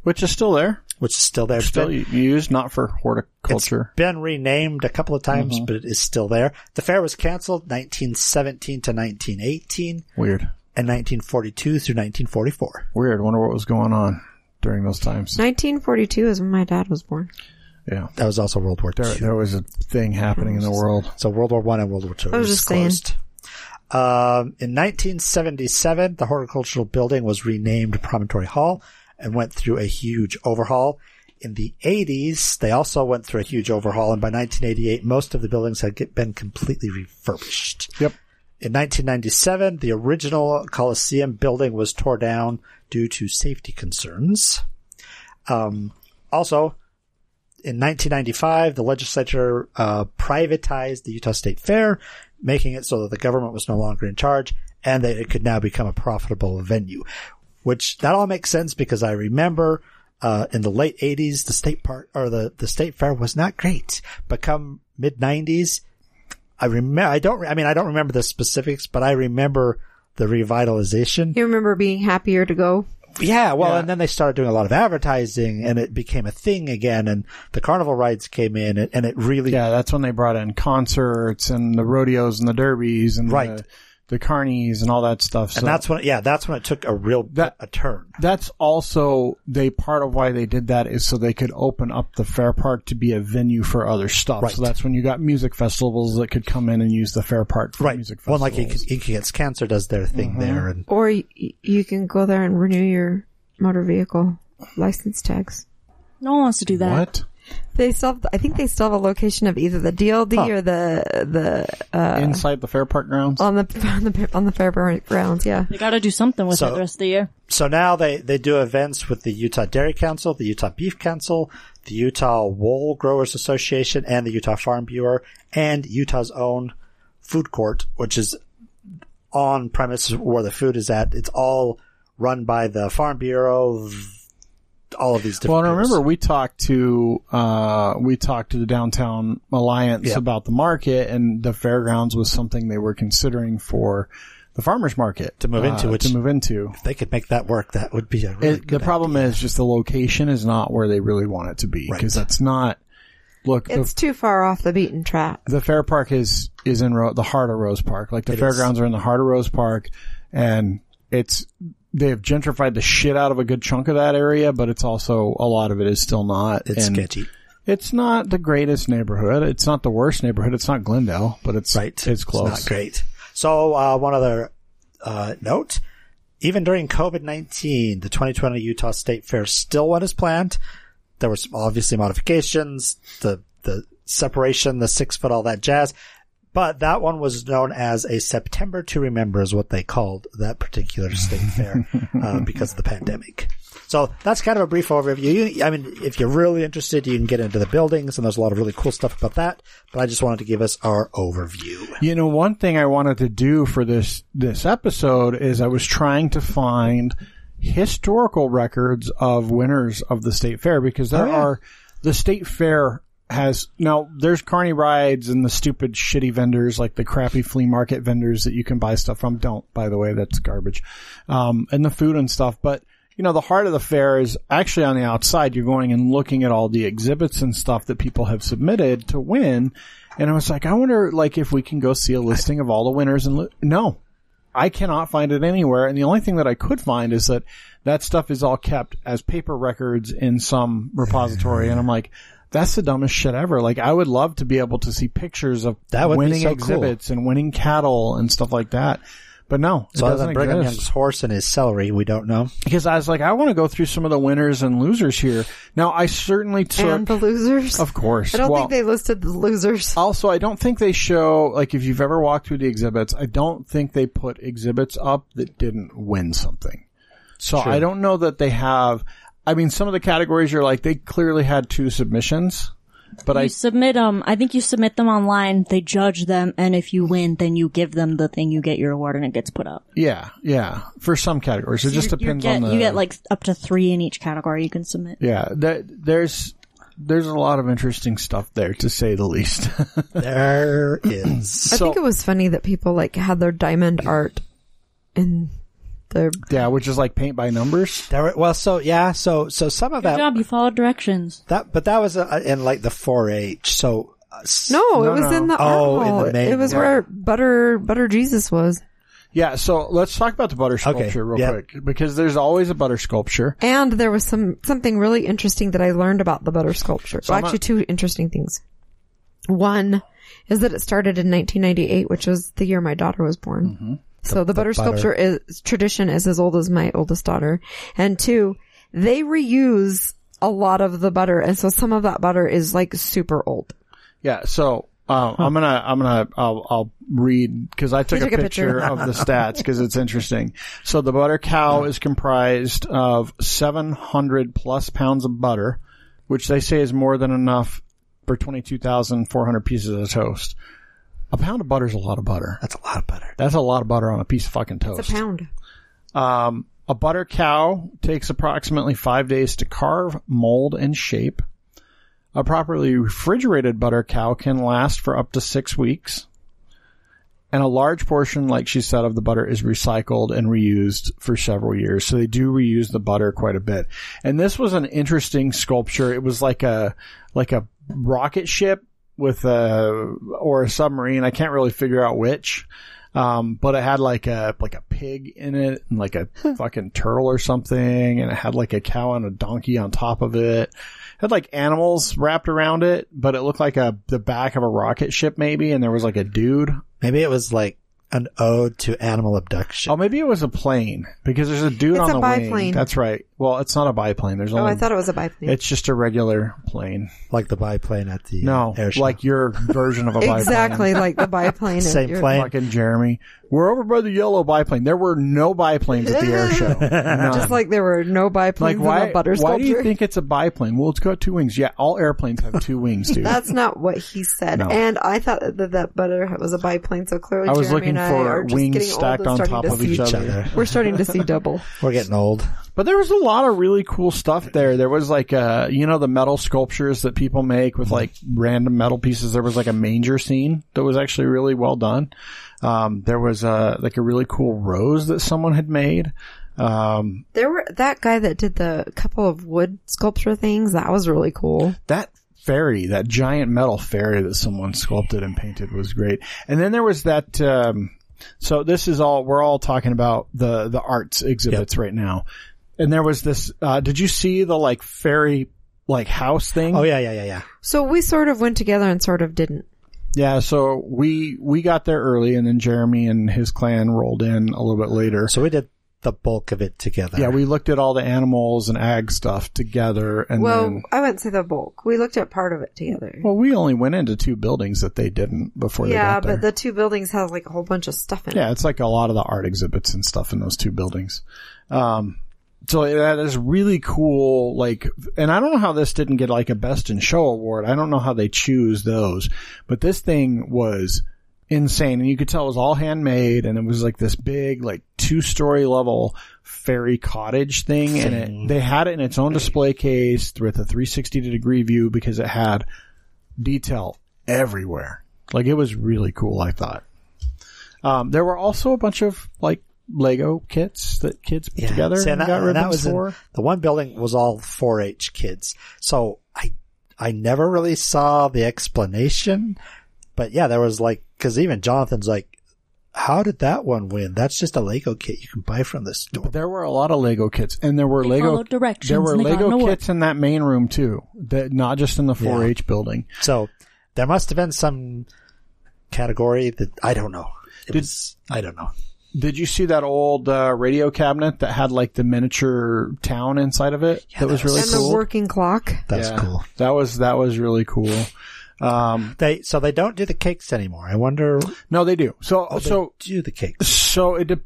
S3: which is still there,
S6: which is still there. It's
S3: still
S6: been-
S3: used, not for horticulture.
S6: It's been renamed a couple of times, but it is still there. The fair was canceled 1917 to 1918
S3: Weird,
S6: and 1942 through 1944.
S3: weird. Wonder what was going on during those times.
S2: 1942 is when my dad was born.
S3: Yeah,
S6: That was also World War
S3: there
S6: II.
S3: there was a thing happening in the world.
S6: So World War One and World War Two
S2: I was
S6: was
S2: just saying.
S6: closed. Um, in 1977, the horticultural building was renamed Promontory Hall and went through a huge overhaul. In the 80s, they also went through a huge overhaul, and by 1988, most of the buildings had get- been completely refurbished.
S3: Yep.
S6: In 1997, the original Coliseum building was tore down due to safety concerns. Um, also, in 1995, the legislature uh, privatized the Utah State Fair, making it so that the government was no longer in charge and that it could now become a profitable venue. Which that all makes sense because I remember uh, in the late 80s, the state part or the the state fair was not great, but come mid 90s, I remember. I don't. I mean, I don't remember the specifics, but I remember the revitalization.
S2: You remember being happier to go?
S6: Yeah, well, and then they started doing a lot of advertising, and it became a thing again. And the carnival rides came in, and, and it really
S3: Yeah, that's when they brought in concerts and the rodeos and the derbies and
S6: Right.
S3: the, the carnies and all that stuff. So
S6: and that's when yeah, that's when it took a real
S3: That-
S6: a turn.
S3: that's also they part of why they did that is so they could open up the fair park to be a venue for other stuff.
S6: Right.
S3: So that's when you got music festivals that could come in and use the fair park for
S6: Right,
S3: music
S6: one
S3: festivals. Mm-hmm.
S6: like Ink Against Cancer does their thing there, and
S2: Or y- you can go there and renew your motor vehicle license tags.
S5: No one wants to do that.
S3: what
S2: They still, have, I think they still have a location of either the DLD or the the uh,
S3: inside the fair park grounds?
S2: on the [laughs] on the on the fairgrounds. grounds. Yeah,
S5: They got to do something with
S6: So-
S5: it the rest of the year.
S6: so now they, they do events with the Utah Dairy Council, the Utah Beef Council, the Utah Wool Growers Association, and the Utah Farm Bureau, and Utah's own food court, which is on premises where the food is at. It's all run by the Farm Bureau, th- all of these different.
S3: Well, and
S6: groups.
S3: remember we talked to uh, we talked to the downtown alliance
S6: Yeah.
S3: about the market, and the fairgrounds was something they were considering for the farmers market
S6: To move into,
S3: uh,
S6: which-
S3: to move into.
S6: if they could make that work, that would be a really
S3: It, the
S6: good
S3: problem is just the location is not where they really want it to be because
S6: Right.
S3: that's not. Look, the,
S2: it's too far off the beaten track.
S3: the fair park is is in Ro- the heart of Rose Park. Like the
S6: It
S3: fairgrounds are in the heart of Rose Park, and it's they have gentrified the shit out of a good chunk of that area, but it's also a lot of it is still not.
S6: It's
S3: and
S6: sketchy.
S3: It's not the greatest neighborhood. It's not the worst neighborhood. It's not Glendale, but it's
S6: Right.
S3: It's close.
S6: not great. So, uh, one other uh, note. Even during COVID-19, the 2020 Utah State Fair still went as planned. There were some obviously modifications, the, the separation, the six foot, all that jazz. But that one was known as a September to Remember is what they called that particular state fair,
S3: [laughs]
S6: uh, because of the pandemic. So that's kind of a brief overview. You, I mean, if you're really interested, you can get into the buildings and there's a lot of really cool stuff about that, but I just wanted to give us our overview.
S3: You know, one thing I wanted to do for this this episode is I was trying to find historical records of winners of the state fair because there
S6: Oh, yeah.
S3: are the state fair has now there's carny rides and the stupid shitty vendors like the crappy flea market vendors that you can buy stuff from don't by the way that's garbage um and the food and stuff but you know the heart of the fair is actually on the outside you're going and looking at all the exhibits and stuff that people have submitted to win and I was like, I wonder, like, if we can go see a listing of all the winners. And lo- no, I cannot find it anywhere. And the only thing that I could find is that that stuff is all kept as paper records in some repository. and I'm like, that's the dumbest shit ever. Like, I would love to be able to see pictures of
S6: That would be
S3: winning
S6: so cool.
S3: exhibits and winning cattle and stuff like that. But no, it
S6: So other
S3: doesn't
S6: than Brigham Young's
S3: exist.
S6: horse and his celery, we
S3: [laughs]
S6: don't know.
S3: Because I was like, I want to go through some of the winners and losers here. Now, I certainly
S2: and
S3: took,
S2: the losers.
S3: of course.
S2: I don't
S3: well- uh,
S2: think they listed the losers.
S3: Also, I don't think they show, like, if you've ever walked through the exhibits, I don't think they put exhibits up that didn't win something. So
S6: True.
S3: I don't know that they have, I mean, some of the categories are like, they clearly had two submissions, but
S5: You
S3: I,
S5: submit them. I think you submit them online. They judge them, and if you win, then you give them the thing. You get your award, and it gets put up.
S3: yeah, yeah, for some categories. It just
S5: You- you
S3: depends
S5: get-
S3: on the.
S5: You get like up to three in each category you can submit.
S3: yeah, that, there's, there's a lot of interesting stuff there, to say the least. [laughs]
S6: There is.
S2: I
S3: so-
S2: think it was funny that people like had their diamond art and their
S3: yeah, which is like paint by numbers.
S6: There, well, so yeah, so so some of
S5: Good
S6: that
S5: job. You followed directions.
S6: that, but that was uh, in like the 4-H. So uh, s-
S2: no,
S3: No,
S2: it was
S3: no.
S2: in the
S6: Oh, in the
S2: article.
S6: main-
S2: it was
S6: yeah.
S2: where butter butter Jesus was
S3: Yeah, so let's talk about the butter
S6: Okay,
S3: sculpture real
S6: yeah.
S3: quick, because there's always a butter sculpture.
S2: and there was some something really interesting that I learned about the butter sculpture
S3: So
S2: well,
S3: I'm
S2: actually
S3: not-
S2: two interesting things one is that it started in 1998 which was the year my daughter was born
S3: Mm-hmm.
S2: so the, butter sculpture is tradition is as old as my oldest daughter and two they reuse a lot of the butter and so some of that butter is like super old
S3: Yeah, so uh, I'm gonna I'm gonna I'll, I'll read because I took,
S2: You
S3: a, picture of the stats because it's interesting. So the butter cow is comprised of 700 plus pounds of butter, which they say is more than enough for 22,400 pieces of toast. A pound of butter is a lot of butter.
S6: that's a lot of butter.
S3: That's a lot of butter on a piece of fucking
S2: it's
S3: toast.
S2: a pound
S3: Um, a butter cow takes approximately five days to carve, mold, and shape. A properly refrigerated butter cow can last for up to six weeks. And a large portion, like she said, of the butter is recycled and reused for several years. So they do reuse the butter quite a bit. And this was an interesting sculpture. It was like a, like a rocket ship with a, or a submarine. I can't really figure out which. Um, but it had like a, like a pig in it and like a fucking turtle or something. And it had like a cow and a donkey on top of it had like animals wrapped around it, but it looked like a the back of a rocket ship maybe, and there was like a dude.
S6: Maybe it was like an ode to animal abduction.
S3: Oh, maybe it was a plane because there's a dude on
S2: It's a
S3: the wing.
S2: biplane.
S3: That's right. Well, it's not a biplane. There's
S2: Oh,
S3: only
S2: I thought it was a biplane.
S3: it's just a regular plane.
S6: like the biplane at the
S3: No,
S6: air show.
S3: like your version
S2: [laughs]
S3: of a biplane.
S2: exactly like the
S3: [laughs]
S2: biplane. at
S6: Same
S2: your-
S6: plane.
S3: Fucking Jeremy, we're over by the yellow biplane. There were no biplanes at the air
S2: [laughs]
S3: show. None.
S2: Just like there were no biplanes
S3: Like, why?
S2: in the butter
S3: why do you
S2: sculpture.
S3: think it's a biplane? Well, it's got two wings. Yeah, all airplanes have two wings, dude.
S2: [laughs] That's not what he said.
S3: No.
S2: And I thought that that butter was a biplane, so clearly
S3: I was
S2: Jeremy
S3: looking
S2: and I
S3: for
S2: are just
S3: wings
S2: getting old
S3: stacked
S2: and
S3: on
S2: starting
S3: top
S2: to
S3: of
S2: see
S3: each
S6: each
S3: other.
S6: other.
S2: We're starting to [laughs] see double.
S6: We're getting old.
S3: But there was a lot of really cool stuff there. There was like, uh, you know, the metal sculptures that people make with like random metal pieces. There was like a manger scene that was actually really well done. Um, there was uh like a really cool rose that someone had made. Um,
S2: There were that guy that did the couple of wood sculpture things. That was really cool.
S3: that fairy, that giant metal fairy that someone sculpted and painted was great. And then there was that, um, so this is all, we're all talking about the, the arts exhibits right now. And there was this, uh, did you see the like fairy, like house thing?
S6: Oh yeah, yeah, yeah, yeah.
S2: So we sort of went together and sort of didn't.
S3: Yeah, so we we got there early, and then Jeremy and his clan rolled in a little bit later.
S6: So we did the bulk of it together.
S3: yeah, we looked at all the animals and ag stuff together, and
S2: well,
S3: then
S2: I wouldn't say the bulk. We looked at part of it together.
S3: well, we only went into two buildings that they didn't before
S2: yeah,
S3: they got
S2: but
S3: there.
S2: the two buildings have like a whole bunch of stuff in
S3: yeah,
S2: it.
S3: it's like a lot of the art exhibits and stuff in those two buildings. Um, so that is really cool. Like, and I don't know how this didn't get like a best in show award. I don't know how they choose those, but this thing was insane. And you could tell it was all handmade and it was like this big, like two story level fairy cottage thing. And it, they had it in its own display case with a 360 degree view because it had detail everywhere. Like it was really cool. I thought, um, there were also a bunch of like Lego kits that kids put
S6: Yeah.
S3: together
S6: See,
S3: and, got ribbons
S6: was in-
S3: for.
S6: the one building was all 4-H kids. So I I never really saw the explanation, but yeah, there was like because even Jonathan's like, how did that one win? That's just a Lego kit you can buy from the store.
S3: But there were a lot of Lego kits, and there were
S5: They
S3: Lego
S5: followed directions
S3: There were
S5: and they got
S3: Lego
S5: nowhere.
S3: kits in that main room too, that not just in the 4-H building.
S6: So there must have been some category that I don't know. It
S3: Did-
S6: was, I don't know.
S3: Did you see that old uh, radio cabinet that had like the miniature town inside of it?
S6: Yeah,
S3: that was
S6: that was
S3: really
S2: and
S3: cool.
S2: the working clock.
S6: That's
S3: Yeah.
S6: cool.
S3: That was that was really cool. Um,
S6: They so they don't do the cakes anymore. I wonder.
S3: no, they do. So
S6: Oh,
S3: so
S6: so do the cakes.
S3: So it de-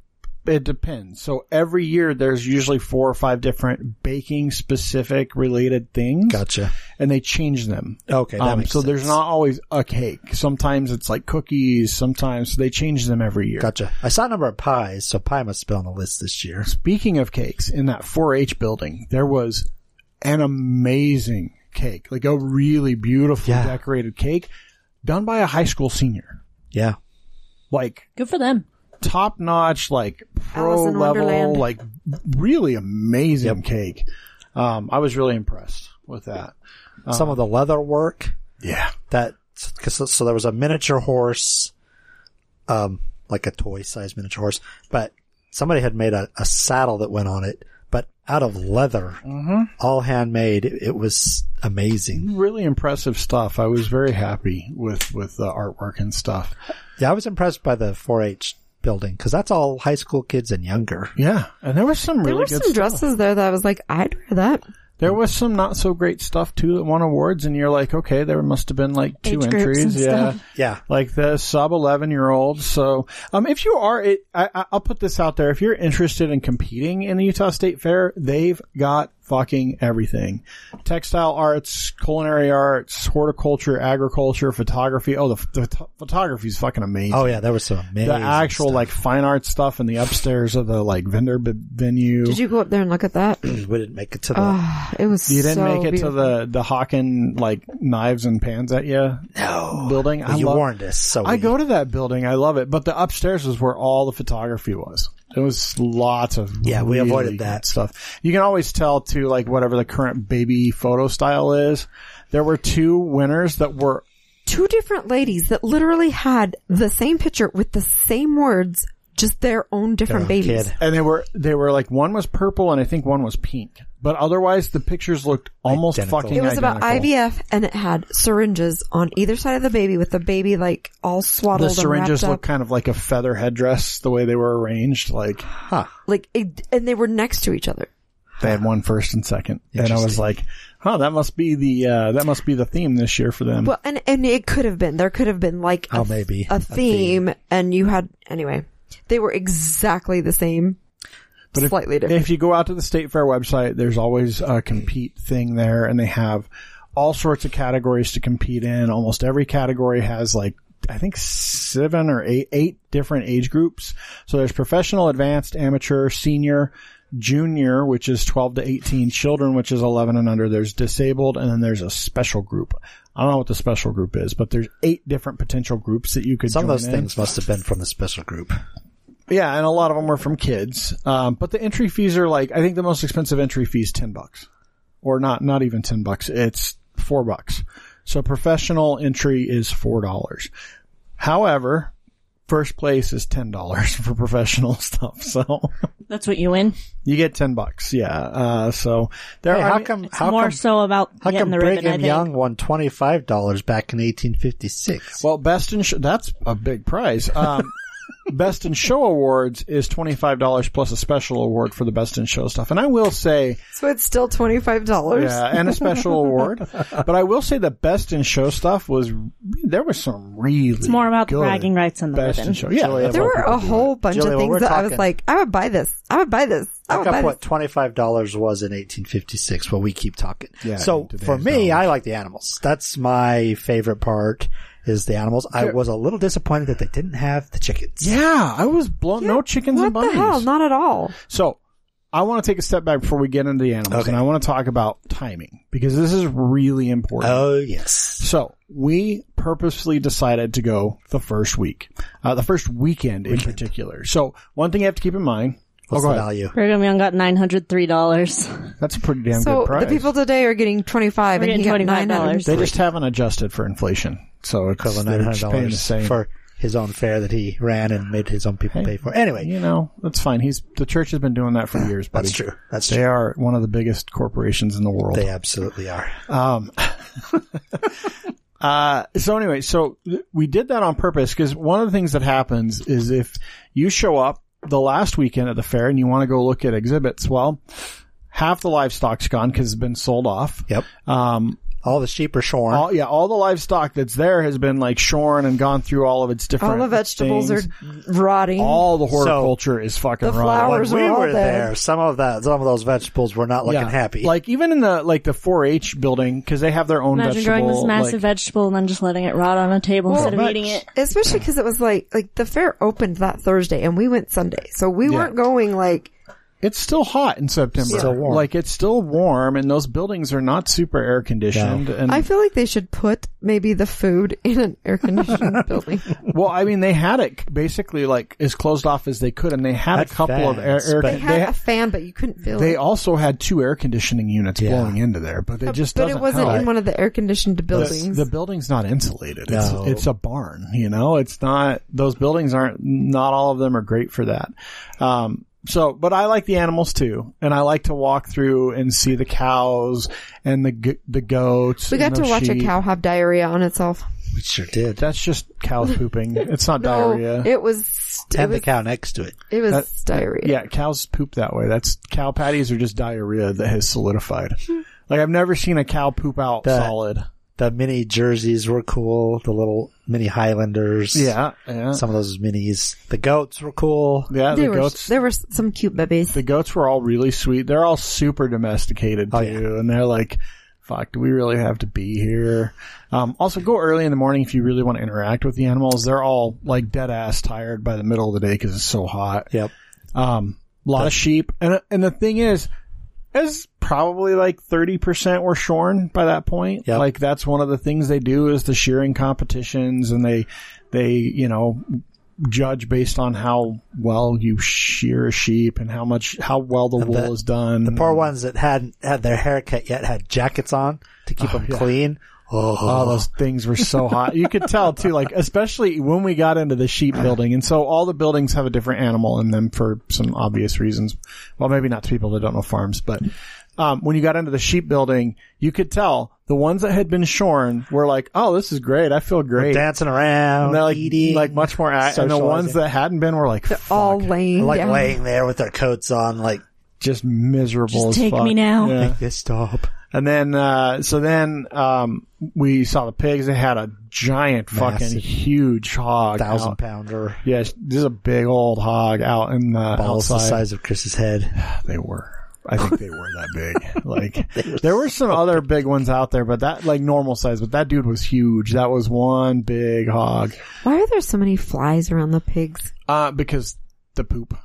S3: it depends. So every year there's usually four or five different baking specific related things,
S6: Gotcha.
S3: and they change them.
S6: Okay, that
S3: Um,
S6: makes
S3: so there's
S6: sense.
S3: not always a cake. Sometimes it's like cookies. Sometimes they change them every year.
S6: Gotcha. I saw a number of pies, so pie must be on the list this year.
S3: Speaking of cakes, in that 4-H building, there was an amazing cake, like a really beautifully
S6: Yeah.
S3: decorated cake, done by a high school senior.
S6: Yeah.
S3: Like
S5: Good for them.
S3: top notch, like pro
S2: Alice in
S3: level,
S2: Wonderland.
S3: like really amazing
S6: Yep.
S3: cake. Um, I was really impressed with that.
S6: Some of the leather work
S3: Yeah.
S6: that, cause, so- so there was a miniature horse, um, like a toy size miniature horse, but somebody had made a, a saddle that went on it, but out of leather,
S3: Mm-hmm.
S6: all handmade. It, it was amazing.
S3: Really impressive stuff. I was very happy with, with the artwork and stuff.
S6: Yeah. I was impressed by the 4-H building because that's all high school kids and younger.
S3: Yeah. And there was some
S2: There
S3: really
S2: were
S3: good
S2: some
S3: stuff.
S2: dresses there that I was like, I'd wear that.
S3: There was some not so great stuff too that won awards and you're like, okay, there must have been like two
S5: Age groups
S3: entries.
S5: and
S3: Yeah.
S5: stuff.
S6: Yeah.
S3: like the sub 11 year old. So, um, if you are, it, I, I- I'll put this out there. If you're interested in competing in the Utah State Fair, they've got fucking everything. Textile arts, culinary arts, horticulture, agriculture, photography. Oh, the, the ph- photography is fucking amazing.
S6: Oh yeah, there was some amazing.
S3: the actual
S6: stuff.
S3: like fine art stuff in the upstairs of the like vendor b- venue.
S2: Did you go up there and look at that? [sighs]
S6: we didn't make it to the.
S3: Ah,
S2: It was.
S3: You didn't
S2: so
S3: make it
S2: beautiful.
S3: to the the Hawken like knives and pans at you
S6: no
S3: building. I
S6: you
S3: love-
S6: warned us, so
S3: I
S6: we-
S3: go to that building. I love it, but the upstairs was where all the photography was. It was lots of
S6: Yeah, we
S3: really
S6: avoided
S3: good
S6: that.
S3: stuff. You can always tell too, like whatever the current baby photo style is. There were two winners that were
S2: two different ladies that literally had the same picture with the same words, just their own different
S6: Oh,
S2: babies.
S6: kid.
S3: and they were they were like one was purple and I think one was pink. But otherwise the pictures looked almost
S6: Identical.
S3: fucking
S2: It was about
S3: identical.
S2: IVF and it had syringes on either side of the baby with the baby like all
S3: The
S2: swaddled
S3: syringes
S2: and
S3: look
S2: wrapped up.
S3: kind of like a feather headdress the way they were arranged. Like
S2: Like, it, and they were next to each other.
S3: they had one first and second, and I was like, "Huh, that must be the uh, that must be the theme this year for them."
S2: Well, and, and it could have been, there could have been like a,
S6: Oh, maybe.
S2: a
S6: A
S2: theme,
S6: theme.
S2: and you had, anyway, they were exactly the same,
S3: if-
S2: slightly different.
S3: If you go out to the state fair website, there's always a compete thing there, and they have all sorts of categories to compete in. Almost every category has like I think seven or eight eight different age groups. So there's professional, advanced, amateur, senior, junior, which is 12 to 18, children, which is 11 and under. There's disabled, and then there's a special group. I don't know what the special group is, but there's eight different potential groups that you could.
S6: Some of
S3: join
S6: those
S3: in.
S6: things must have been from the special group.
S3: Yeah, and a lot of them were from kids. Um, but the entry fees are like I think the most expensive entry fee is ten bucks, or not not even ten bucks. It's four bucks. So professional entry is four dollars. However, first place is ten dollars [laughs] for professional stuff. So
S7: That's what you win.
S3: you get ten bucks. Yeah. Uh, so there
S6: Hey,
S3: are
S6: how come?
S7: It's
S6: How
S7: more
S6: come?
S7: so about
S6: How
S7: getting
S6: come
S7: the ribbon. I
S6: Brigham
S7: think.
S6: Young won twenty five dollars back in eighteen fifty six?
S3: well best in sh- that's a big prize. Um, best in show awards is twenty five dollars plus a special award for the best in show stuff. And I will say.
S2: so it's still $25.
S3: Yeah, and a special award. But I will say the best in show stuff was there was some really.
S7: It's more about the
S3: good
S7: bragging rights and the
S3: best
S7: ribbon.
S3: in show. Yeah,
S6: Julia,
S3: that's-
S2: There
S6: what
S2: were
S6: people
S2: a
S6: do.
S2: whole bunch
S6: Julia,
S2: of
S6: when
S2: things
S6: we're
S2: that I was
S6: talking-
S2: like, I would buy this. I would buy this. I would
S6: Look
S2: buy
S6: up
S2: this.
S6: what twenty five dollars was in eighteen fifty six. Well, we keep talking.
S3: Yeah,
S6: so
S3: in today's
S6: for me,
S3: dollars.
S6: I like the animals. That's my favorite part is the animals. I was a little disappointed that they didn't have the chickens.
S3: yeah, I was blown. no chickens
S2: what
S3: and bunnies.
S2: the hell? Not at all.
S3: So I want to take a step back before we get into the animals,
S6: Okay.
S3: and I want to talk about timing because this is really important.
S6: Oh yes.
S3: So we purposely decided to go the first week, uh, the first weekend, in particular. So one thing you have to keep in mind. Oh,
S6: What's
S3: go
S6: the
S3: ahead.
S6: value?
S7: Brigham Young got nine hundred three dollars.
S3: That's a pretty damn
S2: So
S3: good price.
S2: the people today are getting twenty five,
S7: We're
S2: and he got
S7: getting
S2: nine
S7: $25.
S2: dollars.
S3: they just haven't adjusted for inflation, so it's
S6: Couple
S3: they're
S6: nine
S3: just
S6: hundred
S3: paying the
S6: dollars
S3: same
S6: for his own fair that he ran and made his own people
S3: Hey.
S6: pay for. Anyway,
S3: You know, that's fine. He's the church has been doing that for years, buddy.
S6: that's true. That's
S3: They
S6: true.
S3: are one of the biggest corporations in the world.
S6: They absolutely are.
S3: Um, uh, so anyway, so th- we did that on purpose because one of the things that happens is if you show up the last weekend at the fair and you want to go look at exhibits, well, half the livestock's gone because it's been sold off.
S6: Yep.
S3: Um,
S6: All the sheep are shorn.
S3: all, yeah, all the livestock that's there has been like shorn and gone through all of its different.
S2: All the vegetables
S3: things.
S2: are rotting.
S3: All the horticulture is fucking
S2: The
S3: rotten.
S2: flower-
S6: when
S2: flowers
S6: we
S2: are all
S6: were
S2: there.
S6: there, some of that, some of those vegetables were not looking happy.
S3: Like even in the like the 4-H building because they have their own
S7: Imagine
S3: vegetable.
S7: growing this massive
S3: like,
S7: vegetable and then just letting it rot on a table instead of
S3: much.
S7: eating it.
S2: Especially because it was like like the fair opened that Thursday, and we went Sunday, so we
S3: Yeah.
S2: weren't going like
S3: it's still hot in September.
S6: Still warm.
S3: Like it's still warm, and those buildings are not super air conditioned. And
S2: I feel like they should put maybe the food [laughs] in an
S3: [laughs]
S2: air conditioned building.
S3: well, I mean, they had it basically like as closed off as they could, and they had
S6: That's
S3: a couple of air.
S6: fast,
S3: air
S6: but-
S2: They had a fan, but you couldn't feel
S3: they
S2: it.
S3: also had two air conditioning units
S6: Yeah.
S3: blowing into there, but it just
S2: but
S3: doesn't
S2: it wasn't
S3: help.
S2: in one of the air conditioned
S3: the,
S2: buildings.
S3: the building's not insulated.
S6: No.
S3: It's, it's a barn, you know, it's not, those buildings aren't, not all of them are great for that. Um, so, but I like the animals too, and I like to walk through and see the cows and the g- the goats.
S2: we got
S3: and
S2: to
S3: the
S2: watch a
S3: sheep.
S2: cow have diarrhea on itself.
S6: we sure did.
S3: That's just
S2: [laughs]
S3: cows pooping. It's not
S2: No,
S3: diarrhea.
S2: it was it
S6: and
S2: was,
S6: the cow next to it.
S2: it was
S3: That-
S2: diarrhea.
S3: yeah, cows poop that way. That's cow
S2: [laughs]
S3: patties are just diarrhea that has solidified. like I've never seen a cow poop out
S6: That-
S3: solid.
S6: the mini jerseys were cool. The little mini Highlanders.
S3: Yeah, yeah.
S6: Some of those minis. The goats were cool.
S3: yeah,
S2: They
S3: the
S2: were,
S3: goats.
S2: there were s- some cute babies.
S3: The goats were all really sweet. They're all super domesticated too,
S6: Oh, yeah.
S3: and they're like, "Fuck, do we really have to be here?" Um, also, go early in the morning if you really want to interact with the animals. They're all like dead ass tired by the middle of the day because it's so hot.
S6: Yep.
S3: Um, a lot of sheep, and and the thing is, is probably like thirty percent were shorn by that point.
S6: Yep.
S3: Like that's one of the things they do is the shearing competitions, and they they you know judge based on how well you shear a sheep and how much how well the wool
S6: the-
S3: is done.
S6: The poor ones that hadn't had their haircut yet had jackets on to keep them clean. Oh,
S3: Oh, those things were so hot. You could tell too, like especially when we got into the sheep building, and so all the buildings have a different animal in them for some obvious reasons. Well, maybe not to people that don't know farms, but um, when you got into the sheep building, you could tell the ones that had been shorn were like, "Oh, this is great. I feel great."
S6: dancing around,
S3: and they're like,
S6: eating,
S3: like much more. Act- and the ones
S6: socializing.
S3: that hadn't been were like, "Fuck,
S2: All laying
S6: like
S2: down.
S6: laying there with their coats on, like
S3: just miserable.
S7: Just
S3: as
S7: take
S3: fuck."
S7: me now.
S3: Yeah.
S6: make this stop.
S3: And then, uh, so then, um, we saw the pigs. They had a giant fucking
S6: Massive.
S3: huge hog.
S6: Thousand
S3: out.
S6: pounder,
S3: Yes, this is a big old hog out in the
S6: balls the
S3: outside.
S6: size of Chris's head.
S3: They were. I think they were that [laughs] big. Like there were some other big ones out there, but that like normal size, but that dude was huge. That was one big hog.
S2: Why are there so many flies around the pigs?
S3: Uh, because the poop.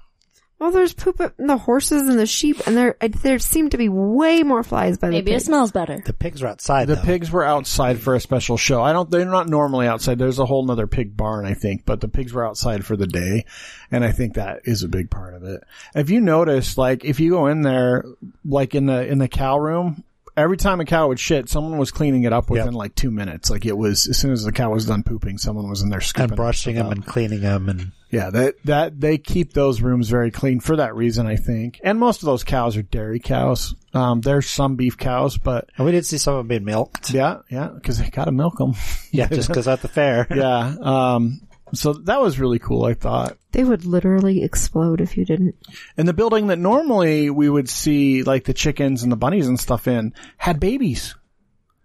S2: Well, there's poop in the horses and the sheep, and there uh, there seem to be way more flies by
S7: Maybe
S2: the
S7: it
S2: pigs.
S7: smells better.
S6: The pigs were outside.
S3: The
S6: though.
S3: pigs were outside for a special show. I don't, they're not normally outside. There's a whole nother pig barn, I think, but the pigs were outside for the day. And I think that is a big part of it. If you notice, like, if you go in there, like in the, in the cow room, every time a cow would shit, someone was cleaning it up within
S6: Yep.
S3: like two minutes. Like it was, as soon as the cow was done pooping, someone was in there scooping
S6: and brushing
S3: it
S6: them
S3: up.
S6: and cleaning them, and
S3: Yeah, that that they keep those rooms very clean for that reason, I think. And most of those cows are dairy cows. Um, there's some beef cows, but
S6: and we did see some of them being milked.
S3: yeah, yeah, because they gotta milk them.
S6: [laughs] Yeah, just because at the fair.
S3: yeah. Um, so that was really cool, I thought.
S2: They would literally explode if you didn't.
S3: And the building that normally we would see like the chickens and the bunnies and stuff in had babies.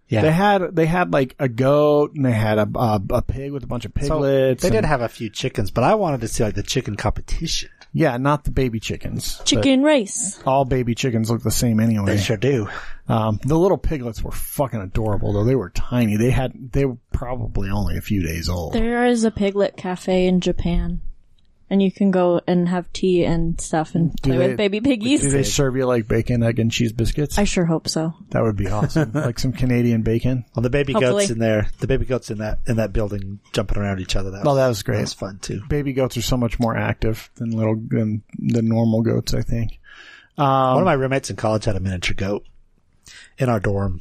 S6: yeah.
S3: They had they had like a goat and they had a a, a pig with a bunch of
S6: So,
S3: piglets.
S6: they did
S3: and-
S6: have a few chickens, but I wanted to see like the chicken competition.
S3: yeah, not the baby chickens.
S7: Chicken race.
S3: But all baby chickens look the same anyway.
S6: They sure do.
S3: Um, the little piglets were fucking adorable though. They were tiny. They had they were probably only a few days old.
S7: There is a piglet cafe in Japan, and you can go and have tea and stuff and play
S3: they-
S7: with baby
S3: Do they
S7: piggies.
S3: serve you like bacon, egg, and cheese biscuits?
S7: I sure hope so.
S3: that would be awesome. like some Canadian bacon.
S6: Well, the baby
S7: Hopefully.
S6: goats in there, the baby goats in that in that building jumping around each other. That
S3: Oh,
S6: was,
S3: that was great.
S6: That was fun too.
S3: baby goats are so much more active than little than the normal goats. I think. Um,
S6: One of my roommates in college had a miniature goat in our dorm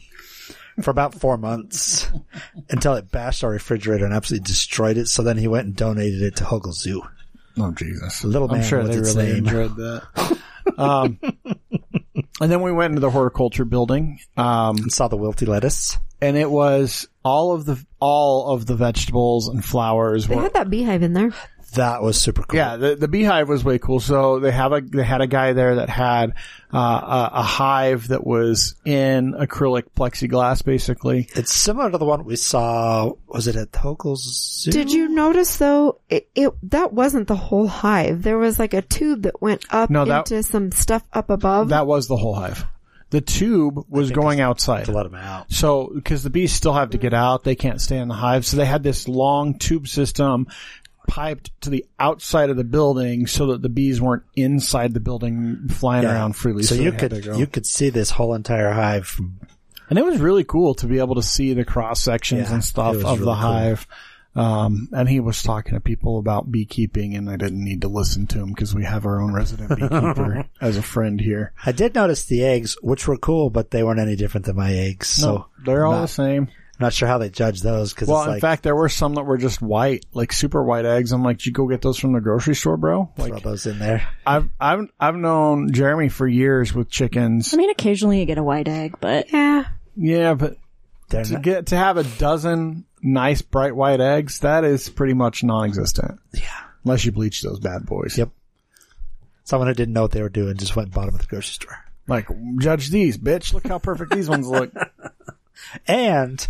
S6: for about four months until it bashed our refrigerator and absolutely destroyed it. So then he went and donated it to Hogle Zoo.
S3: Oh Jesus,
S6: Little
S3: I'm
S6: man
S3: sure
S6: was
S3: they
S6: its
S3: really
S6: name.
S3: enjoyed that. um, [laughs] and then we went into the horticulture building, um,
S6: And saw the wilty lettuce.
S3: and it was all of the all of the vegetables and flowers
S2: They
S3: were
S2: had that beehive in there.
S6: That was super cool.
S3: Yeah, the, the beehive was way cool. So they have a they had a guy there that had uh, a, a hive that was in acrylic plexiglass, basically.
S2: Uh-huh.
S6: It's similar to the one we saw. Was it at Hogle Zoo?
S2: Did you notice though? It, it that wasn't the whole hive. There was like a tube that went up
S3: No, that-
S2: into some stuff up above.
S3: That was the whole hive. The tube was going outside.
S6: to let him out?
S3: So, because the bees still have to get out, they can't stay in the hive. So they had this long tube system piped to the outside of the building so that the bees weren't inside the building flying
S6: Yeah.
S3: around freely.
S6: So, you
S3: they had to
S6: could
S3: go.
S6: you could see this whole entire hive from
S3: And it was really cool to be able to see the cross sections
S6: Yeah,
S3: and stuff of
S6: it was
S3: the
S6: really cool.
S3: hive. Um, and he was talking to people about beekeeping, and I didn't need to listen to him because we have our own
S6: [laughs]
S3: resident beekeeper as a friend here.
S6: I did notice the eggs, which were cool, but they weren't any different than my eggs. So
S3: no, they're all
S6: not-
S3: the same.
S6: I'm not sure how they judge those because
S3: Well,
S6: it's
S3: in
S6: like
S3: fact, there were some that were just white, like super white eggs. I'm like, did you go get those from the grocery store, bro?
S6: throw
S3: Like,
S6: those in there.
S3: I've I've I've known Jeremy for years with chickens.
S7: I mean, occasionally you get a white egg, but
S2: yeah,
S3: Yeah, but
S6: They're
S3: to
S6: not,
S3: get to have a dozen nice bright white eggs, that is pretty much non-existent. Yeah, unless you bleach those bad boys.
S6: Yep. someone who didn't know what they were doing just went and bought them at the grocery store.
S3: Like judge these, bitch. Look how perfect these ones look.
S6: And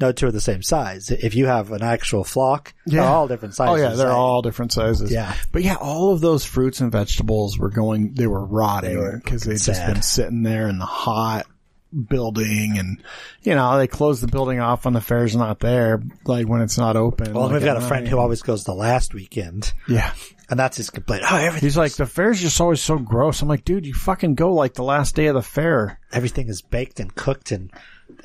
S6: no two are the same size. If you have an actual flock, they're all different sizes.
S3: Oh yeah, they're
S6: right?
S3: all different sizes.
S6: Yeah.
S3: but yeah, all of those fruits and vegetables were going. They were rotting because they'd just
S6: sad.
S3: been sitting there in the hot building, and you know they close the building off when the fair's not there, like when it's not open.
S6: Well,
S3: like
S6: we've got
S3: at
S6: a friend
S3: night.
S6: who always goes the last weekend,
S3: yeah.
S6: and that's his complaint. Oh, everything,
S3: He's like, the fair's just always so gross. I'm like, dude, you fucking go like the last day of the fair.
S6: everything is baked and cooked, and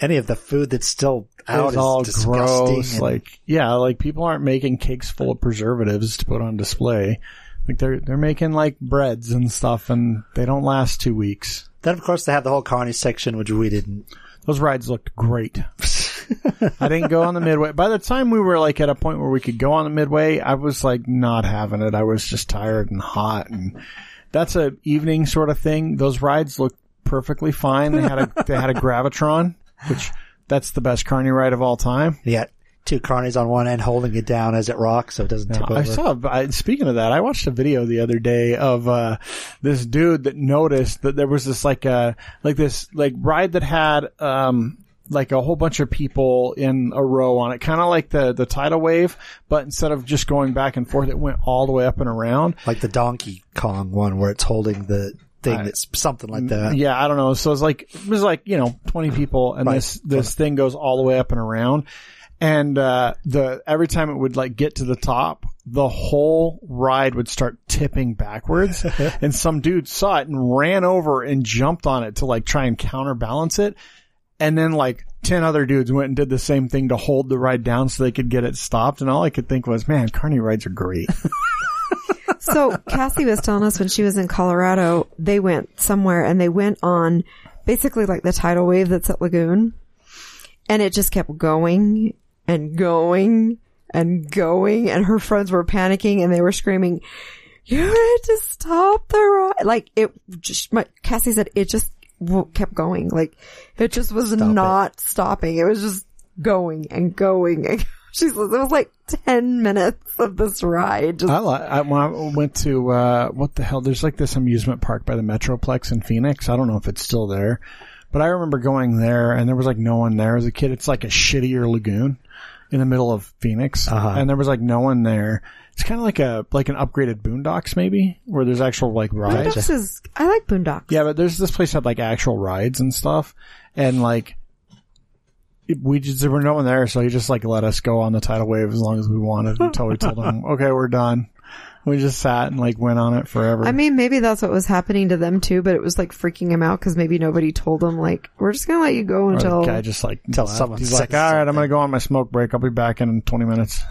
S6: any of the food that's still out
S3: It's
S6: is
S3: all
S6: disgusting.
S3: gross.
S6: and-
S3: Like, yeah, like people aren't making cakes full of preservatives to put on display. Like they're they're making like breads and stuff, and they don't last two weeks.
S6: then of course they have the whole carny section, which we didn't.
S3: Those rides looked
S6: [laughs]
S3: great. I didn't go on the midway. By the time we were like at a point where we could go on the midway, I was like not having it. I was just tired and hot and that's a evening sort of thing. Those rides looked perfectly fine. They had a they
S6: [laughs]
S3: had a gravitron, which that's the best carny ride of all time.
S6: You got two carnies on one end holding it down as it rocks, so it doesn't tip over.
S3: I saw. I, speaking of that, I watched a video the other day of uh, this dude that noticed that there was this like uh, like this like ride that had um, like a whole bunch of people in a row on it, kind of like the the tidal wave, but instead of just going back and forth, it went all the way up and around.
S6: like the Donkey Kong one where it's holding the thing that's something like that.
S3: Yeah, I don't know. So it's like it was like you know twenty people, and
S6: Right.
S3: this this thing goes all the way up and around, and uh, the every time it would like get to the top, the whole ride would start tipping
S6: [laughs]
S3: backwards, and some dude saw it and ran over and jumped on it to like try and counterbalance it, and then like. Ten other dudes went and did the same thing to hold the ride down so they could get it stopped. And all I could think was, man, carny rides are great.
S2: So Cassie was telling us when she was in Colorado, they went somewhere and they went on basically like the tidal wave that's at Lagoon. And it just kept going and going and going. And her friends were panicking and they were screaming, you had to stop the ride. Like it just, my, Cassie said it just w- kept going. Like it just was not stopping. It was just going and going. And [laughs] she says it was like 10 minutes of this ride. Just
S3: I, li- I, when I went to uh, what the hell? There's like this amusement park by the Metroplex in Phoenix. I don't know if it's still there, but I remember going there and there was like no one there as a kid. It's like a shittier lagoon in the middle of Phoenix, and there was like no one there. It's kind of like a like an upgraded Boondocks maybe, where there's actual like rides.
S2: Boondocks is, I like Boondocks.
S3: Yeah, but there's this place had like actual rides and stuff, and like it- we just there were no one there, so he just like let us go on the tidal wave as long as we wanted until we told
S6: [laughs]
S3: him, okay, we're done. We just sat and like went on it forever.
S2: I mean, maybe that's what was happening to them too, but it was like freaking him out because maybe nobody told him like, we're just going to let you go
S3: or the
S2: until.
S3: guy just like
S6: Until
S3: left.
S6: someone
S3: He's
S6: says
S3: like, all right, I'm
S6: something.
S3: gonna go on my smoke break. I'll be back in 20
S6: [laughs]
S3: minutes.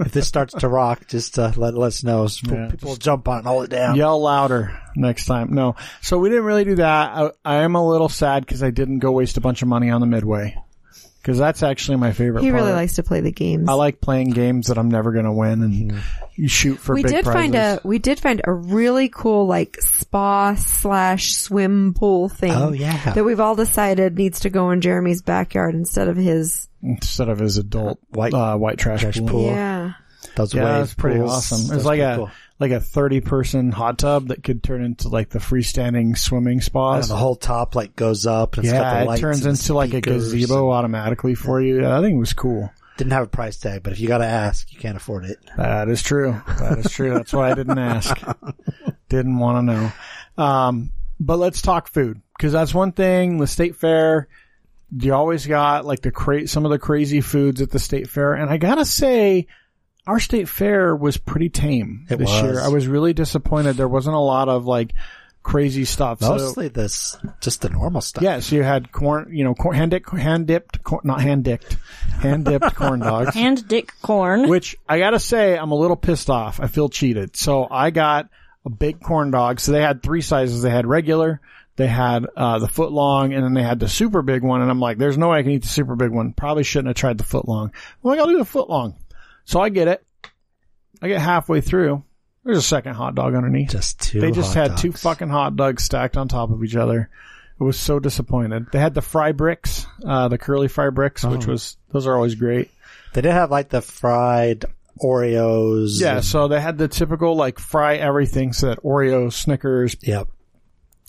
S6: If this starts to rock, just uh, let let us know. So people will jump on it, and hold it down.
S3: Yell louder next time. No, so we didn't really do that. I, I am a little sad because I didn't go waste a bunch of money on the midway because that's actually my favorite.
S2: he really
S3: part.
S2: likes to play the games.
S3: I like playing games that I'm never going to win and
S6: Mm-hmm.
S3: you shoot for
S2: we
S3: big
S2: did
S3: prizes.
S2: find a, we did find a really cool like spa slash swim pool thing.
S6: Oh, yeah.
S2: That we've all decided needs to go in Jeremy's backyard instead of his.
S3: instead of his adult
S6: White-
S3: white uh, white trash,
S6: trash
S3: pool.
S6: pool. Cool.
S2: Yeah.
S6: Those
S3: Yeah,
S6: wave
S3: that's pretty
S6: pools,
S3: awesome.
S6: those
S3: It's like
S6: are
S3: a
S6: cool.
S3: like a 30 person hot tub that could turn into like the freestanding swimming
S6: and
S3: spas.
S6: the whole top like goes up. And it's got the
S3: yeah, it
S6: lights
S3: turns
S6: and
S3: into like a
S6: speakers.
S3: gazebo automatically for you. I think it was cool.
S6: Didn't have a price tag, but if you got to ask, you can't afford it.
S3: That is true. That is true. That's why I didn't ask. didn't want to know. Um, but let's talk food because that's one thing. The state fair, you always got like the cra- some of the crazy foods at the state fair, and I gotta say, our state fair was pretty tame
S6: It
S3: this
S6: was.
S3: year. I was really disappointed. There wasn't a lot of like crazy stuff. So-
S6: Mostly this, just the normal stuff.
S3: yeah, so you had corn, you know, corn, hand dipped, hand dipped, corn, not hand dipped, hand dipped corn dogs.
S7: And dick
S6: [laughs]
S7: corn.
S3: Which I gotta say, I'm a little pissed off. I feel cheated. So I got a big corn dog. So they had three sizes. They had regular, they had uh, the foot long, and then they had the super big one. And I'm like, there's no way I can eat the super big one. Probably shouldn't have tried the foot long. I'm like, I'll do the foot long. So I get it. I get halfway through. There's a second hot dog underneath.
S6: Just two.
S3: They just
S6: hot
S3: had two
S6: dogs.
S3: fucking hot dogs stacked on top of each other. It was so disappointed. They had the fry bricks, uh, the curly fry bricks, which
S6: Oh.
S3: was those are always great.
S6: They did have like the fried Oreos.
S3: Yeah,
S6: and-
S3: so they had the typical like fry everything, so that Oreo, Snickers,
S6: Yep.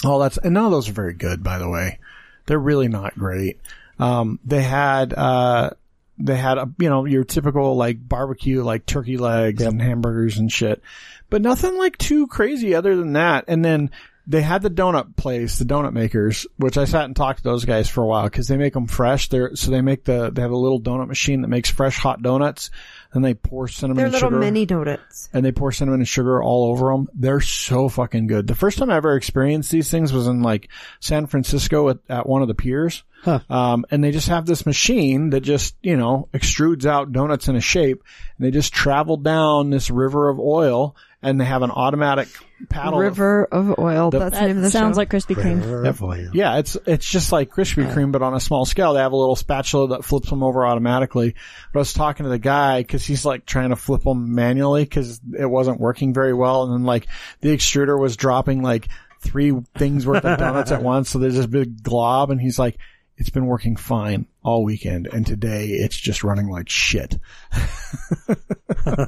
S3: all that's and none of those are very good, by the way. They're really not great. Um, they had uh, they had a you know your typical like barbecue like turkey legs and hamburgers and shit, but nothing like too crazy other than that. And then they had the donut place, the donut makers, which I sat and talked to those guys for a while because they make them fresh. They're so they make the they have a little donut machine that makes fresh hot donuts, and they pour cinnamon
S2: They're
S3: and
S2: little
S3: sugar
S2: mini donuts.
S3: and they pour cinnamon and sugar all over them. They're so fucking good. The first time I ever experienced these things was in like San Francisco at, at one of the piers. Um, and they just have this machine that just, you know, extrudes out donuts in a shape and they just travel down this river of oil and they have an automatic paddle.
S2: River of Oil.
S3: The-
S2: That's the name of
S7: That
S2: the
S7: sounds
S2: show.
S7: like Krispy Kreme.
S6: Yep.
S3: Yeah, it's it's just like Krispy Kreme, but on a small scale. They have a little spatula that flips them over automatically. But I was talking to the guy because he's like trying to flip them manually because it wasn't working very well, and then like the extruder was dropping like three things worth of donuts at once, so there's this big glob, and he's like, "It's been working fine all weekend, and today it's just running like
S6: [laughs]
S3: shit." [laughs]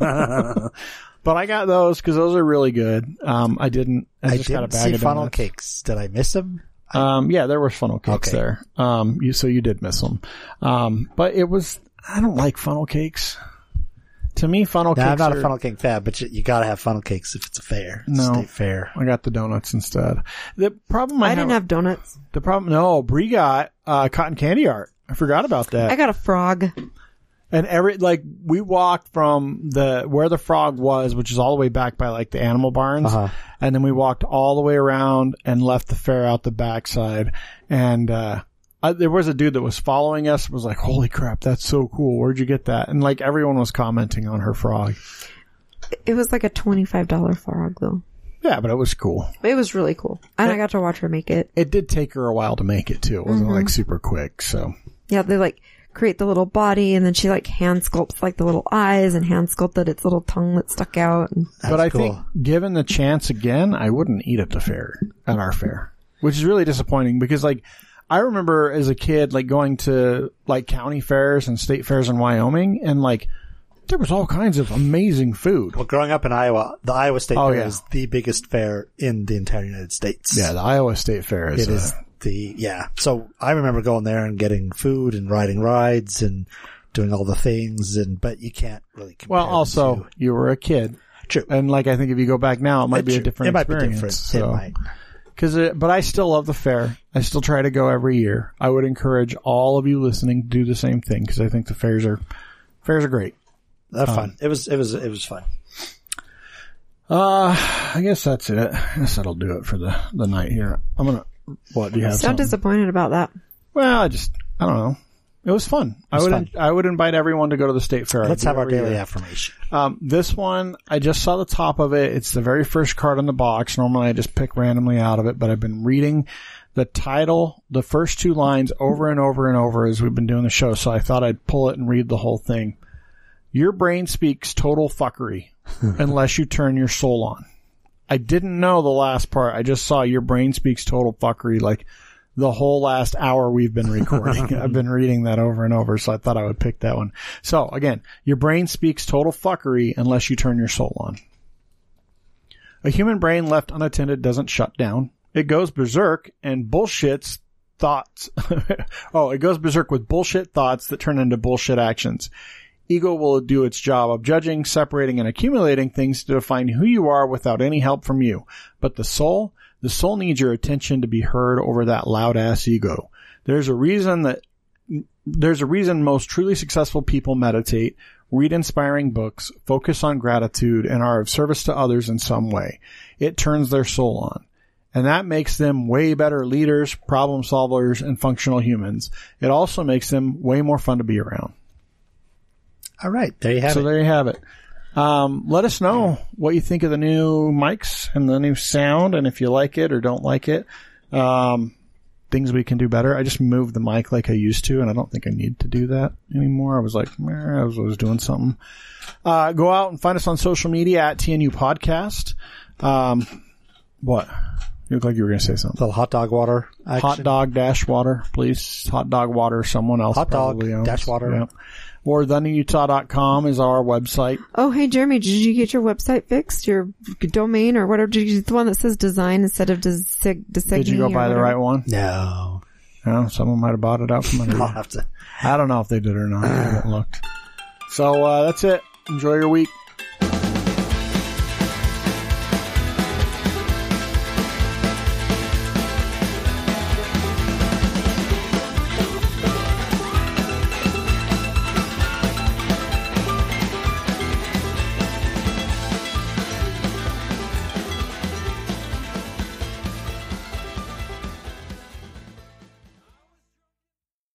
S3: but I got those because those are really good. Um, I didn't. I,
S6: I
S3: just got a
S6: didn't
S3: bag
S6: see
S3: of
S6: funnel
S3: donuts.
S6: cakes. Did I miss them?
S3: Um, yeah, there were funnel cakes
S6: Okay.
S3: there. Um, you, so you did miss them. Um, but it was, I don't like funnel cakes. To me, funnel
S6: No,
S3: cakes
S6: I'm not
S3: are-
S6: a funnel cake fan, but you, you gotta have funnel cakes if it's a fair.
S3: No.
S6: Stay fair.
S3: I got the donuts instead. The problem I,
S2: I didn't have donuts.
S3: the problem. No, Brie got, uh, cotton candy art. I forgot about that.
S2: I got a frog.
S3: And every like we walked from the where the frog was, which is all the way back by like the animal barns,
S6: Uh-huh.
S3: and then we walked all the way around and left the fair out the backside. And uh, I, there was a dude that was following us. Was like, "Holy crap, that's so cool! Where'd you get that?" And like everyone was commenting on her frog.
S2: It was like a twenty-five dollar frog though.
S3: Yeah, but it was cool.
S2: It was really cool, and I got to watch her make it.
S3: It did take her a while to make it too. It wasn't like super quick. So
S2: Yeah, they like create the little body, and then she like hand sculpts like the little eyes and hand sculpted its little tongue that stuck out. And
S3: but I
S6: cool.
S3: think given the chance again, I wouldn't eat at the fair at our fair, which is really disappointing because like I remember as a kid like going to like county fairs and state fairs in Wyoming and like there was all kinds of amazing food.
S6: Well, growing up in Iowa, the Iowa State
S3: Oh,
S6: Fair
S3: yeah.
S6: is the biggest fair in the entire United States.
S3: Yeah, the Iowa State Fair is,
S6: It
S3: a-
S6: is the yeah. So I remember going there and getting food and riding rides and doing all the things and but you can't really compare.
S3: well
S6: the
S3: also
S6: two.
S3: you were a kid
S6: true. Uh,
S3: and like I think if you go back now it might be a
S6: True.
S3: different
S6: It might be
S3: experience.
S6: different.
S3: So.
S6: It might.
S3: Cause it, but I still love the fair. I still try to go every year. I would encourage all of you listening to do the same thing because I think the fairs are fairs are great.
S6: That's
S3: um,
S6: fun. It was. It was. It was fun.
S3: Uh, I guess that's it. I guess that'll do it for the, the night here. I'm gonna. What do you have?
S2: sound
S3: something?
S2: disappointed about that.
S3: well, I just I don't know. It was fun. I would
S6: fun.
S3: I would invite everyone to go to the state fair. I
S6: Let's
S3: do
S6: have our
S3: every
S6: daily
S3: year.
S6: affirmation.
S3: Um, this one I just saw the top of it. It's the very first card in the box. Normally I just pick randomly out of it, but I've been reading the title, the first two lines over and over and over as we've been doing the show. So I thought I'd pull it and read the whole thing. Your brain speaks total fuckery unless you turn your soul on. I didn't know the last part. I just saw your brain speaks total fuckery like the whole last hour we've been recording. I've been reading that over and over, so I thought I would pick that one. So again, your brain speaks total fuckery unless you turn your soul on. A human brain left unattended doesn't shut down. It goes berserk and bullshits thoughts. [laughs] oh, it goes berserk with bullshit thoughts that turn into bullshit actions. Ego will do its job of judging, separating, and accumulating things to define who you are without any help from you. But the soul, the soul needs your attention to be heard over that loud ass ego. There's a reason that there's a reason most truly successful people meditate, read inspiring books, focus on gratitude, and are of service to others in some way. It turns their soul on. And that makes them way better leaders, problem solvers, and functional humans. It also makes them way more fun to be around
S6: All right, there you have
S3: so
S6: it.
S3: there you have it. Um, let us know what you think of the new mics and the new sound, and if you like it or don't like it. Um, things we can do better. I just moved the mic like I used to, and I don't think I need to do that anymore. I was like, meh, I was, I was doing something. Uh, go out and find us on social media at TNU Podcast. Um, what? You look like you were going to say something.
S6: Little hot dog water. Action.
S3: Hot dog dash water, please. Hot dog water. Someone else
S6: Hot dog
S3: probably owns.
S6: dash water.
S3: Yep. Or thenewutah.com is our website.
S2: Oh, hey Jeremy, did you get your website fixed, your domain or whatever? Did you get the one that says design instead of des- sig-
S3: Did you go buy the right one?
S6: No.
S3: Yeah, someone might have bought it out from under.
S6: [laughs] I'll
S3: you.
S6: have to.
S3: I don't know if they did or not. I haven't looked. So uh, that's it. Enjoy your week.